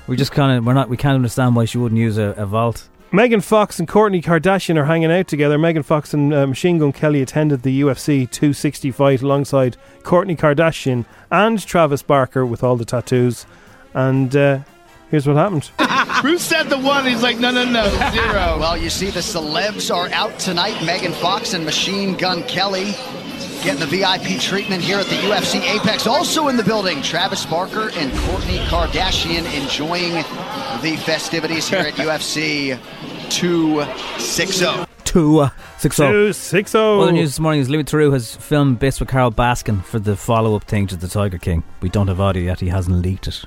We just kind of we're not we can't understand why she wouldn't use a, a vault.
Megan Fox and Courtney Kardashian are hanging out together. Megan Fox and uh, Machine Gun Kelly attended the UFC 260 fight alongside Courtney Kardashian and Travis Barker with all the tattoos. And uh, here's what happened.
(laughs) Bruce said the one. He's like, no, no, no, zero.
(laughs) well, you see, the celebs are out tonight. Megan Fox and Machine Gun Kelly getting the VIP treatment here at the UFC Apex. Also in the building, Travis Barker and Courtney Kardashian enjoying the festivities
(laughs)
here at UFC 260.
Two uh, six oh.
Two six oh.
Other news this morning is Louis Theroux has filmed bits with Carol Baskin for the follow up thing to The Tiger King. We don't have audio yet. He hasn't leaked it.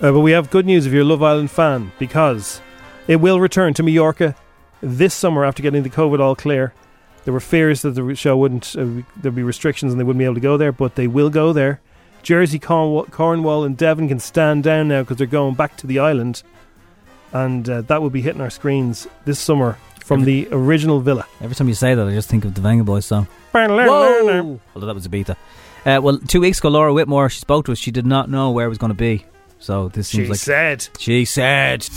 Uh, but we have good news if you're a Love Island fan because it will return to Mallorca this summer after getting the COVID all clear. There were fears that the re- show wouldn't, uh, re- there'd be restrictions and they wouldn't be able to go there, but they will go there. Jersey, Cornwall, Cornwall, and Devon can stand down now because they're going back to the island. And uh, that will be hitting our screens this summer from the original villa.
Every time you say that, I just think of the Venga Boys song.
Whoa!
Although that was a beta. Uh, well, two weeks ago, Laura Whitmore, she spoke to us. She did not know where it was going to be. So this seems
She
like.
said.
She said.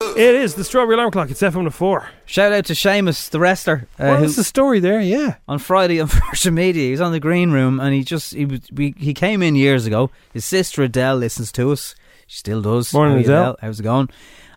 It is the Strawberry Alarm Clock. It's FM4.
Shout out to Seamus, the wrestler. uh,
Well,
who-
that's the story there, yeah.
(laughs) on Friday on Virgin Media. He was on the green room and he just he was- we, he came in years ago. His sister Adele listens to us. She still does.
Morning,
How are you,
Adele.
How's it going?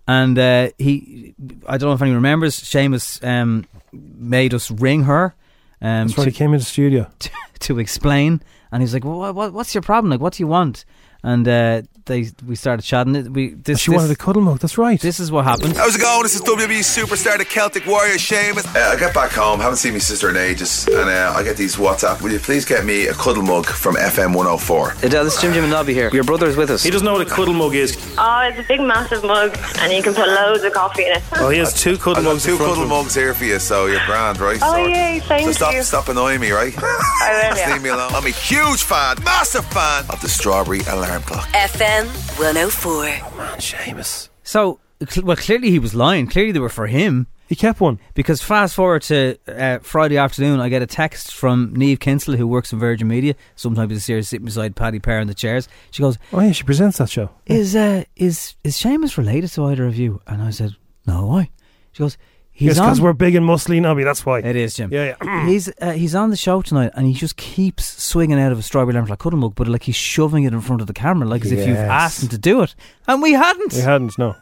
And uh, he, I don't know if anyone remembers. Seamus um, made us ring her. Um,
That's right,
to-
he came into the studio.
(laughs) to, to explain, and he's like, well, what, "What's your problem? Like, what do you want?" And uh, they we started chatting. It- We this
She
this,
wanted a cuddle mug, that's right.
this is what happened.
How's it going? This is WWE superstar, the Celtic Warrior Seamus. Uh, I got back home, haven't seen my sister in ages, and uh, I get these WhatsApp. Will you please get me a cuddle mug from FM 104?
Adele, this is Jim Jim and Nobby here. Your brother is with us.
He doesn't know what a cuddle mug is.
Oh, it's a big, massive mug, and you can put loads of coffee in it.
Oh, he has two cuddle mugs. Two cuddle mugs here for you, so you're grand, right?
Oh,
so,
yay, thank
so stop,
you.
stop annoying me, right?
I will,
(laughs) Just
yeah.
leave me alone. I'm a huge fan, massive fan of the Strawberry Alarm Clock.
FM 104.
Oh, Seamus.
So, cl- well, clearly he was lying. Clearly they were for him.
He kept one.
Because fast forward to uh, Friday afternoon, I get a text from Neve Kinsella, who works in Virgin Media. Sometimes it's here sitting beside Paddy Power in the chairs. She goes,
Oh, yeah, she presents that show.
"Is uh, is is Seamus related to either of you?" And I said, "No, why?" She goes, "He's
Yes,
on."
because we're big and muscly, Nobby. That's why. It
is, Jim.
Yeah, yeah.
(clears throat) he's uh, he's on the show tonight, and he just keeps swinging out of a strawberry lamp like cuddle mug, but like he's shoving it in front of the camera, like as if you've
Yes.
asked him to do it, and we hadn't. (laughs)
We hadn't, no.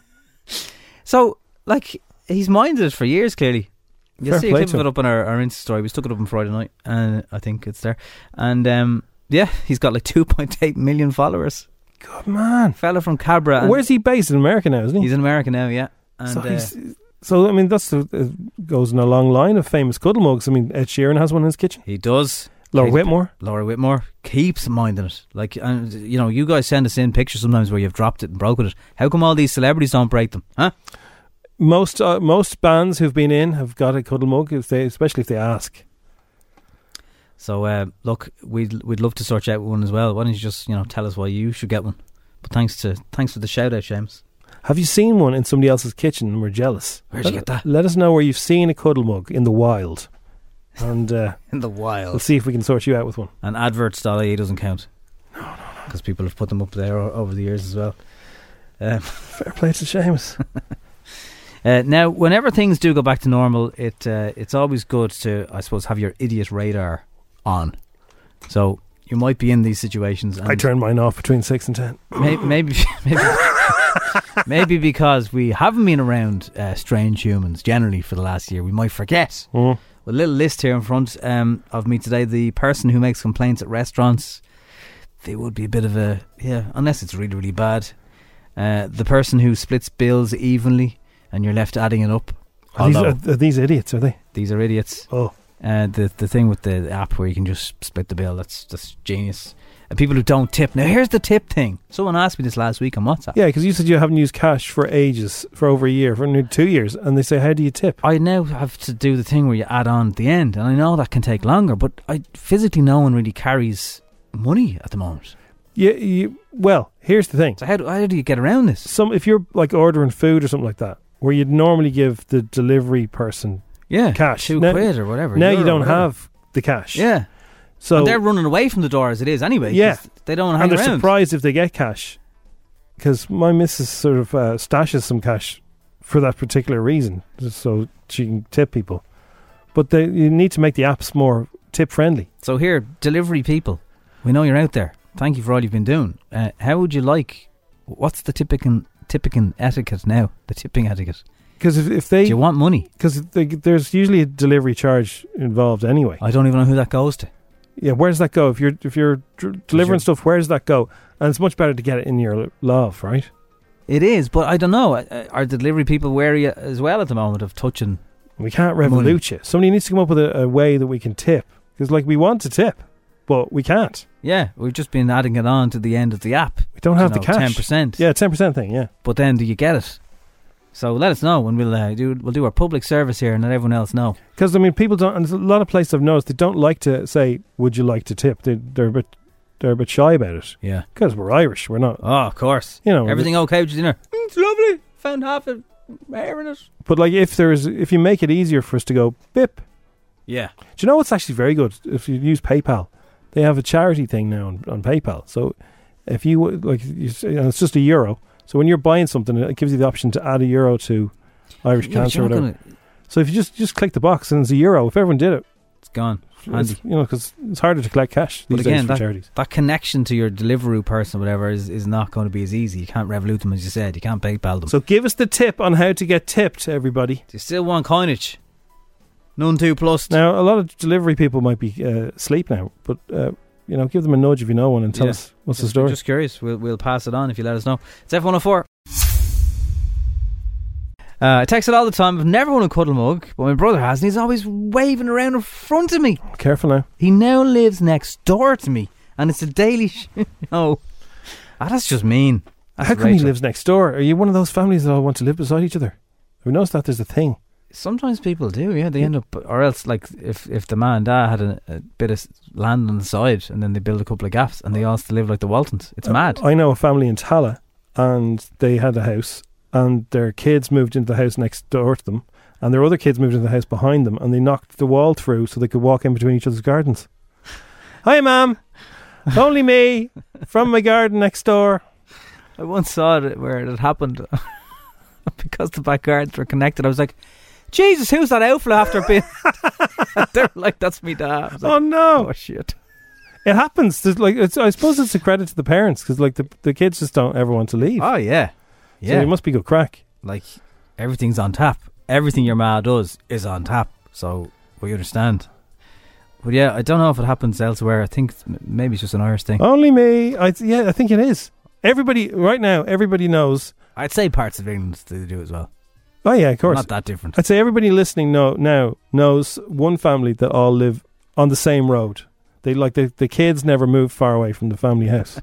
So, like, he's minded it for years, clearly. You
Fair
see a
play
clip
to
of it
him.
up on our, our Insta story. We stuck it up on Friday night, and I think it's there. And um, yeah, he's got like 2.8 million followers.
Good man.
Fella from Cabra. and-
Where's he based? In America now, isn't he?
He's in America now, yeah. And,
so,
uh,
he's, so I mean, that's the, it goes in a long line of famous cuddle mugs. I mean, Ed Sheeran has one in his kitchen.
He does.
Laura
Kate-
Whitmore.
Laura Whitmore keeps minding it. Like, and you know, you guys send us in pictures sometimes where you've dropped it and broken it. How come all these celebrities don't break them? Huh?
Most uh, most bands who've been in have got a cuddle mug, if they, especially if they ask.
So uh, look, we'd we'd love to sort you out one as well. Why don't you just you know tell us why you should get one? But thanks to thanks for the shout out, James.
Have you seen one in somebody else's kitchen and we're jealous?
Where'd
let,
you get that?
Let us know where you've seen a cuddle mug in the wild. And uh,
(laughs) In the wild.
We'll see if we can sort you out with one.
And adverts.ie doesn't count. No, no, no. Because people have put them up there o- over the years as well.
(laughs)
Um,
Fair play to Seamus.
(laughs) Uh, now, whenever things do go back to normal, it uh, it's always good to, I suppose, have your idiot radar on. So you might be in these situations. And
I turn mine off between 6 and 10.
Maybe, maybe, (laughs)
(laughs)
maybe, maybe because we haven't been around uh, strange humans generally for the last year, we might forget.
Hmm.
Well, a little list here in front um, of me today. The person who makes complaints at restaurants, they would be a bit of a yeah, unless it's really really bad. Uh, the person who splits bills evenly, and you're left adding it up.
Are these,
Although-
are, are these idiots, are they?
these are idiots.
Oh.
Uh, the the thing with the app where you can just split the bill. That's that's genius. And people who don't tip. Now here's the tip thing. Someone asked me this last week on WhatsApp.
Yeah, because you said you haven't used cash for ages, for over a year, for nearly two years, and they say, "How do you tip?"
I now have to do the thing where you add on at the end, and I know that can take longer, but I physically no one really carries money at the moment.
Yeah, you, well, here's the thing.
So how do, how do you get around this?
Some if you're like ordering food or something like that, where you'd normally give the delivery person
Yeah,
cash
two quid or whatever,
Now
euro
you
or
don't
whatever.
have the cash.
Yeah.
So
and they're running away from the door as it is anyway. 'cause
yeah,
they don't hang
and they're
around.
surprised if they get cash because my missus sort of uh, stashes some cash for that particular reason, just so she can tip people. But they, you need to make the apps more tip friendly.
So here, delivery people, we know you're out there. Thank you for all you've been doing. Uh, how would you like? What's the typical typical etiquette now? The tipping etiquette.
Because if, if they
do you want money?
Because there's usually a delivery charge involved anyway.
I don't even know who that goes to.
Yeah, where does that go? If you're if you're dr- delivering stuff, where does that go? And it's much better to get it in your love, right?
It is, but I don't know. Uh, Are the delivery people wary uh, as well at the moment of touching?
We can't revolute you. Somebody needs to come up with a, a way that we can tip because, like, we want to tip, but we can't.
Yeah, we've just been adding it on to the end of the app. We
don't have the cash.
Ten percent.
Yeah, ten percent thing. Yeah.
But then, do you get it? So let us know, and we'll uh, do we'll do our public service here, and let everyone else know.
Because I mean, people don't. And there's a lot of places I've noticed they don't like to say, "Would you like to tip?" They, they're a bit they're a bit shy about it.
Yeah.
Because we're Irish, we're not.
Oh, of course.
You know
everything okay with your dinner?
It's lovely.
Found half a hair in it.
But like, if there's if you make it easier for us to go bip,
Yeah.
do you know what's actually very good? If you use PayPal, they have a charity thing now on, on PayPal. So if you would- like, you, say- and it's just a euro. So when you're buying something, it gives you the option to add a euro to Irish
Yeah, but
cancer. Or
you're not
whatever. So if you just just click the box and it's a euro, if everyone did it,
it's gone.
It's, you know, because it's harder to collect cash these
But again,
days for
that,
charities.
that connection to your delivery person, whatever, is, is not going to be as easy. You can't revolute them, as you said. You can't PayPal them.
So give us the tip on how to get tipped, everybody.
Do you still want coinage? None two plus.
Now, a lot of delivery people might be uh, asleep now, but uh, you know, give them a nudge if you know one and tell
Yeah.
us what's the
Just- we're
story.
Just curious. We'll, we'll pass it on if you let us know. It's F104. Uh, I text it all the time. I've never won a cuddle mug, but my brother has, and he's always waving around in front of me.
Careful now.
He now lives next door to me, and it's a daily (laughs) show. Ah, that's just mean. That's
How come he
Rachel.
lives next door? Are you one of those families that all want to live beside each other? Have you noticed that there's a thing?
Sometimes people do, yeah. They end up, or else, like if if the man and dad had a, a bit of s- land on the side, and then they build a couple of gaps, and they all still live like the Waltons. It's
Uh,
mad.
I know a family in Tala, and they had a house, and their kids moved into the house next door to them, and their other kids moved into the house behind them, and they knocked the wall through so they could walk in between each other's gardens. Hi,
(laughs)
ma'am. Only me from my garden next door.
I once saw it where it happened (laughs) because the back gardens were connected. I was like, Jesus, who's that outflow after being? (laughs) They're like, that's me dad. I was like,
oh no!
Oh shit!
It happens. There's like, it's, I suppose it's a credit to the parents because like the the kids just don't ever want to leave.
Oh yeah,
So
Yeah.
you must be good crack.
Like everything's on tap. Everything your ma does is on tap. So we understand. But yeah, I don't know if it happens elsewhere. I think it's m- maybe it's just an Irish thing.
Only me. I th- yeah, I think it is. Everybody right now, everybody knows.
I'd say parts of England they do as well.
Oh yeah, of course.
Not that different.
I'd say everybody listening know, now knows one family that all live on the same road. They like the the kids never move far away from the family
(laughs)
house.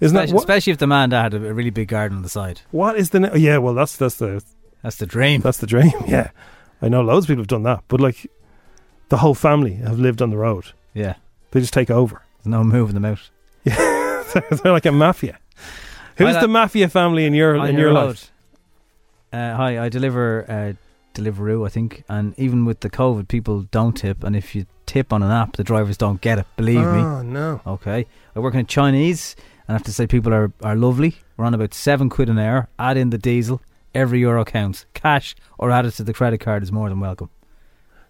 Isn't
especially,
that what?
especially if the man dad had a a really big garden on the side.
What is the ne- yeah? Well, that's that's the
that's the dream.
That's the dream. (laughs) Yeah, I know loads of people have done that, but like the whole family have lived on the road.
Yeah.
they just take over.
There's no moving them out.
Yeah, (laughs) they're, they're like a mafia.
Hi,
Who's
that-
the mafia family in your
On
in your, life?
Uh, hi, I deliver uh, Deliveroo, I think, and even with the COVID, people don't tip, and if you tip on an app, the drivers don't get it. Believe me.
Oh, no.
Okay, I work in a Chinese, and I have to say people are are lovely. We're on about seven quid an hour. Add in the diesel, every euro counts. Cash or add it to the credit card is more than welcome.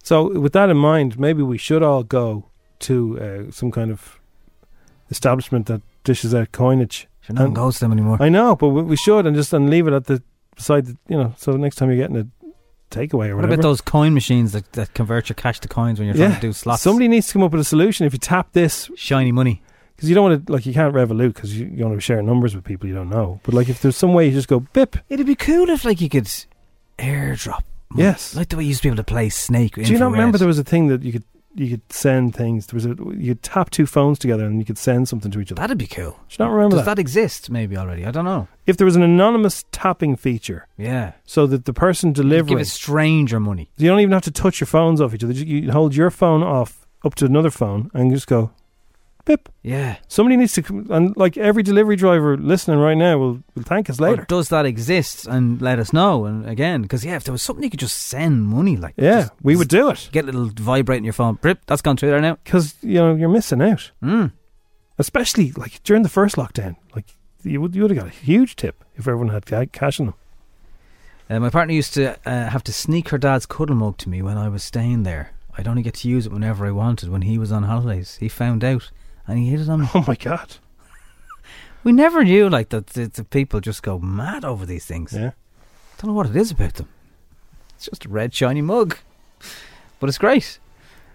So, with that in mind, maybe we should all go to uh, some kind of establishment that dishes out coinage.
Sure, no one
And-
goes to them anymore.
I know, but we, we should and just and leave it at the beside. The, you know, so next time you're getting a takeaway or
What
whatever.
about those coin machines that, that convert your cash to coins when you're trying
Yeah.
to do slots?
Somebody needs to come up with a solution. If you tap this,
shiny money,
because you don't want to like you can't revolute because you, you want to be sharing numbers with people you don't know. But like if there's some way you just go bip,
It'd be cool if like you could airdrop
Yes.
Like the way you used to be able to play Snake.
Do you not remember there was a thing that you could you could send things? There was a you could tap two phones together and you could send something to each other.
That'd be cool.
Do you not remember
Does
that?
that exist maybe already? I don't know.
If there was an anonymous tapping feature,
Yeah.
so that the person delivering
Give a stranger money.
you don't even have to touch your phones off each other. You you hold your phone off up to another phone and you just go, pip.
Yeah.
Somebody needs to come, and like every delivery driver listening right now will will thank us later.
Or does that exist? And let us know. And again, because yeah, if there was something you could just send money, like
Yeah,
just
we would do it.
Get a little vibrate in your phone. Brip, that's gone through there now.
Because you know you're missing out.
Mm.
Especially like during the first lockdown, like you would you would have got a huge tip if everyone had ca- cash in them.
Uh, my partner used to uh, have to sneak her dad's cuddle mug to me when I was staying there. I'd only get to use it whenever I wanted. When he was on holidays, he found out and he hid it on me.
(laughs) Oh my god!
we never knew like that. The, the people just go mad over these things.
Yeah,
don't know what it is about them. It's just a red shiny mug, but it's great.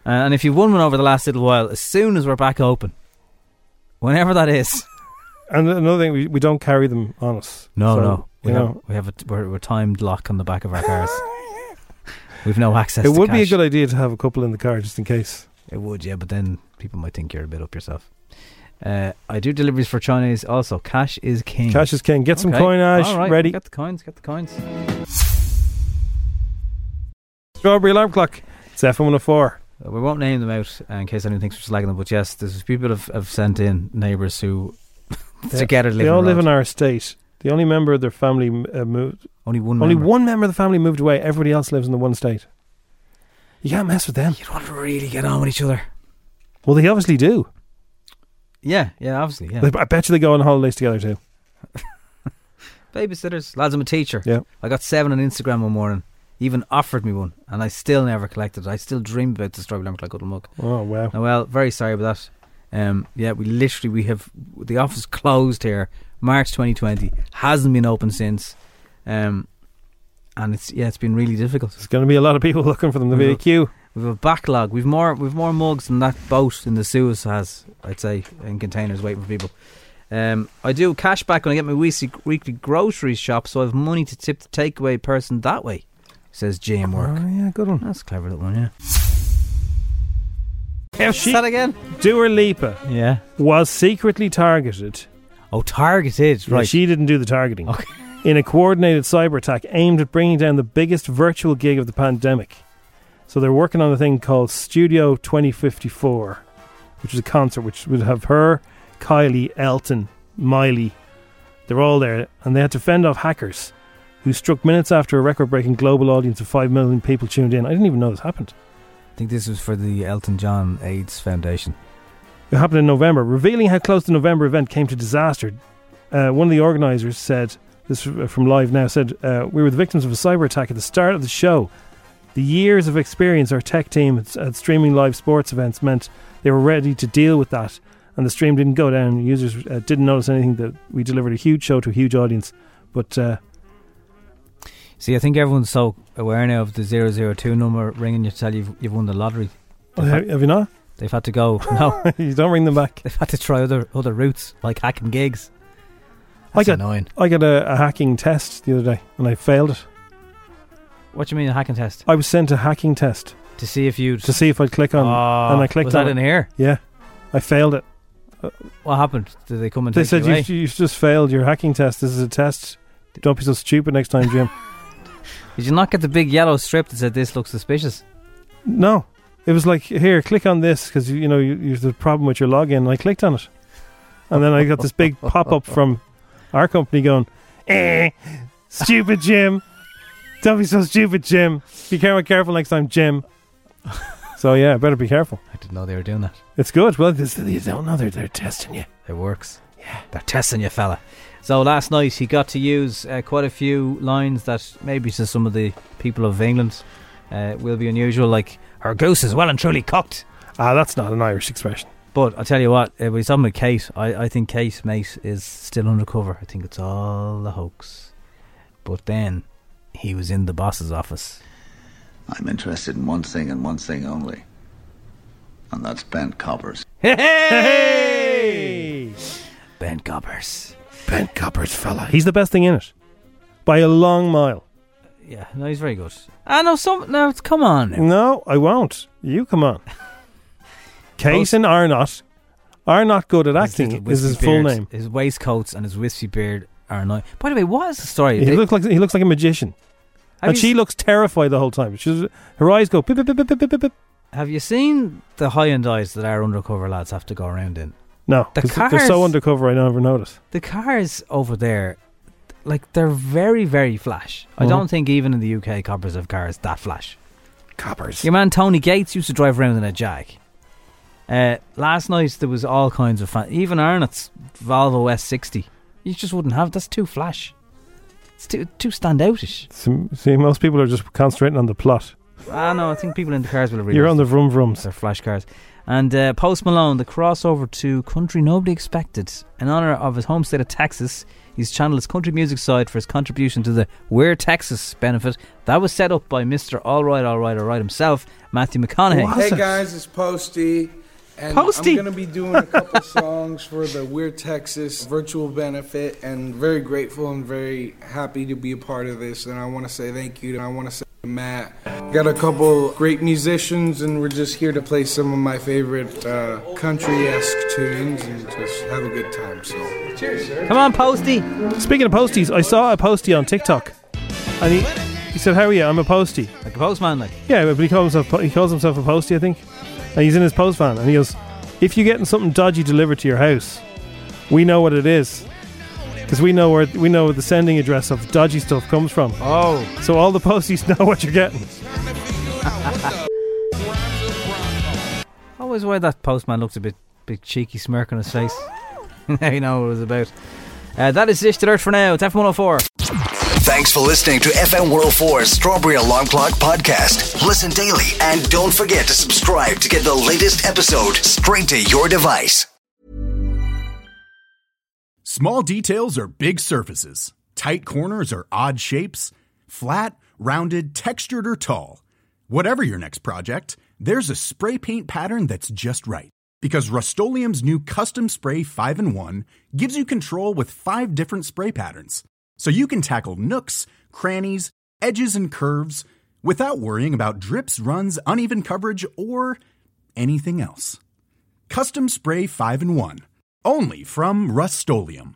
Uh, and if you won one over the last little while, as soon as we're back open, whenever that is.
And another thing, we, we don't carry them on us.
No,
So,
no. We
you
have,
know
we have a t- we're, we're timed lock on the back of
(laughs)
our cars. We've no access.
it
to
would be a
cash.
good idea to have a couple in the car just in case.
It would, yeah, but then people might think you're a bit up yourself. Uh, I do deliveries for Chinese also. Cash is king.
Cash is king. Get some
Okay.
coinage
All right,
ready.
Get the coins. Get the coins.
Strawberry alarm clock. It's oh FM 104.
Uh, We won't name them out uh, in case anyone thinks we're slagging them. But yes, there's people have, have sent in neighbours who (laughs) together live.
They all live in
around.
our estate. The only member of their family uh, moved.
Only one.
Only
member.
one member of the family moved away. Everybody else lives in the one estate. You can't mess with them.
You don't really get on with each other.
Well, they obviously do.
Yeah, yeah, obviously, yeah.
They- I bet you they go on holidays together too.
Babysitters, lads. I'm a teacher.
Yeah.
I got seven on Instagram one morning. Even offered me one, and I still never collected it. I still dream about the strawberry lemon clock little mug.
Oh wow!
Now, well, very sorry about that. Um, yeah, we literally we have the office closed here, March 2020. Hasn't been open since, um, and it's yeah, it's been really difficult. Mm-hmm.
There's going to be a lot of people (laughs) looking for them. There'll be a queue.
We've a backlog. We've more we've more mugs than that boat in the Suez has, I'd say, in containers waiting for people. Um, I do cash back when I get my weekly weekly grocery shop, so I have money to tip the takeaway person that way. Says Jane Work.
Oh yeah, good one.
That's a clever little one, yeah.
What's
that again?
Dua Lipa.
Yeah.
Was secretly targeted.
Oh, targeted.
Yeah,
right.
she didn't do the targeting. Okay. In a coordinated cyber attack aimed at bringing down the biggest virtual gig of the pandemic. So they're working on a thing called Studio 2054, which is a concert which would have her, Kylie, Elton, Miley. They're all there, and they had to fend off hackers who struck minutes after a record breaking global audience of 5 million people tuned in. I didn't even know this happened.
I think this was for the Elton John AIDS Foundation.
It happened in November, revealing how close the November event came to disaster. Uh, one of the organisers said, this from Live Now, said, uh, We were the victims of a cyber attack at the start of the show. The years of experience our tech team at, at streaming live sports events meant they were ready to deal with that, and the stream didn't go down. Users uh, didn't notice anything that we delivered a huge show to a huge audience. But uh,
See, I think everyone's so aware now of the 002 number ringing you to tell you've, you've won the lottery.
Oh, have- have you not?
They've had to go. (laughs) No.
(laughs) you don't ring them back.
They've had to try other other routes, like hacking gigs. That's
I got,
annoying.
I got a, a hacking test the other day, and I failed it.
What do you mean a hacking test?
I was sent a hacking test.
To see if you'd.
to see if I'd click on,
Oh,
and I clicked
was
on
that
it.
in here?
Yeah, I failed it.
Uh, What happened? Did they come and
They
take
said
you away?
you've, you've just failed your hacking test. This is a test. Don't be so stupid next time, Jim. (laughs)
Did you not get the big yellow strip that said this looks suspicious?
no, it was like here, click on this because you know you, you have the problem with your login. And I clicked on it, and then I got this
(laughs)
big pop up from our company going, "Eh, stupid Jim, don't be so stupid, Jim. Be careful, careful next time, Jim." So yeah, better be careful.
I didn't know they were doing that.
It's good. Well, this, you don't know they're, they're testing you.
It works. Yeah. They're testing you, fella. So last night he got to use uh, quite a few lines that maybe to some of the people of England uh, will be unusual, like her goose is well and truly cocked.
Ah, that's not an Irish expression.
But I tell you what, uh, we're talking about Kate. I, I think Kate, mate, is still undercover. I think it's all a hoax. But then he was in the boss's office.
I'm interested in one thing and one thing only, and that's
(laughs)
bent coppers.
Hey! Ben Coppers.
Ben Coppers, fella. He's the best thing in it. By a long mile.
Yeah, no, he's very good. Ah, no, some no, it's- come on. now.
No, I won't. You come
(laughs)
on. Kate
Those-
and Arnott are not good at acting.
little
Is his
wispy
full
beard,
name?
His waistcoats and his wispy beard are annoying. By the way, what is the story?
He
They-
looks like he looks like a magician,
Have
and
you
she
s-
looks terrified the whole time. She's her eyes go. Bip, bip, bip, bip, bip, bip, bip.
Have you seen the high end eyes that our undercover lads have to go around in?
No,
The
'cause they're so
cars-
undercover. I never notice.
The cars over there, like they're very, very flash. I
Mhm.
don't think even in the UK coppers have cars that flash.
Coppers.
Your man Tony Gates used to drive around in a Jag. Uh, last night there was all kinds of fun. Even Arnott's Volvo S60, you just wouldn't have. That's too flash. It's too too standoutish.
See, see, most people are just concentrating on the plot.
Ah, no, I think people in the cars will read.
You're on the vroom vrooms.
They're flash cars. And uh, Post Malone, the crossover to country nobody expected. In honor of his home state of Texas, he's channeled his country music side for his contribution to the We're Texas benefit. That was set up by Mr. All Right, All Right, All Right himself, Matthew McConaughey.
Hey guys, it's Posty. And
Posty.
I'm going to be doing a couple (laughs) songs for the Weird Texas virtual benefit and very grateful and very happy to be a part of this. And I want to say thank you. And I want to say Matt. Got a couple great musicians and we're just here to play some of my favorite uh, country-esque tunes and just have a good time. So cheers, sir.
Come on, Posty.
Speaking of posties, I saw a postie on TikTok, and he, he said, "How are you? I'm a postie."
Like a postman, like.
Yeah, but he calls himself po- he calls himself a postie, I think, and he's in his post van, and he goes, "If you're getting something dodgy delivered to your house, we know what it is, because we know where we know where the sending address of dodgy stuff comes from."
Oh,
so all the posties (laughs) know what you're getting.
(laughs)
Always why that postman looks a bit bit cheeky smirk on his face. (laughs) now you know what it was about. Uh, that is Dish to Dirt for now. oh It's F104.
Thanks for listening to FM 104's Strawberry Alarm Clock podcast. Listen daily and don't forget to subscribe to get the latest episode straight to your device.
Small details are big surfaces. Tight corners are odd shapes. Flat, rounded, textured, or tall. Whatever your next project, there's a spray paint pattern that's just right. Because Rust new Custom Spray 5 in 1 gives you control with five different spray patterns. So you can tackle nooks, crannies, edges, and curves without worrying about drips, runs, uneven coverage, or anything else. Custom Spray 5 in 1. Only from Rust-Oleum.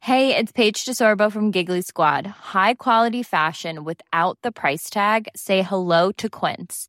Hey, it's Paige DeSorbo from Giggly Squad. High quality fashion without the price tag. Say hello to Quince.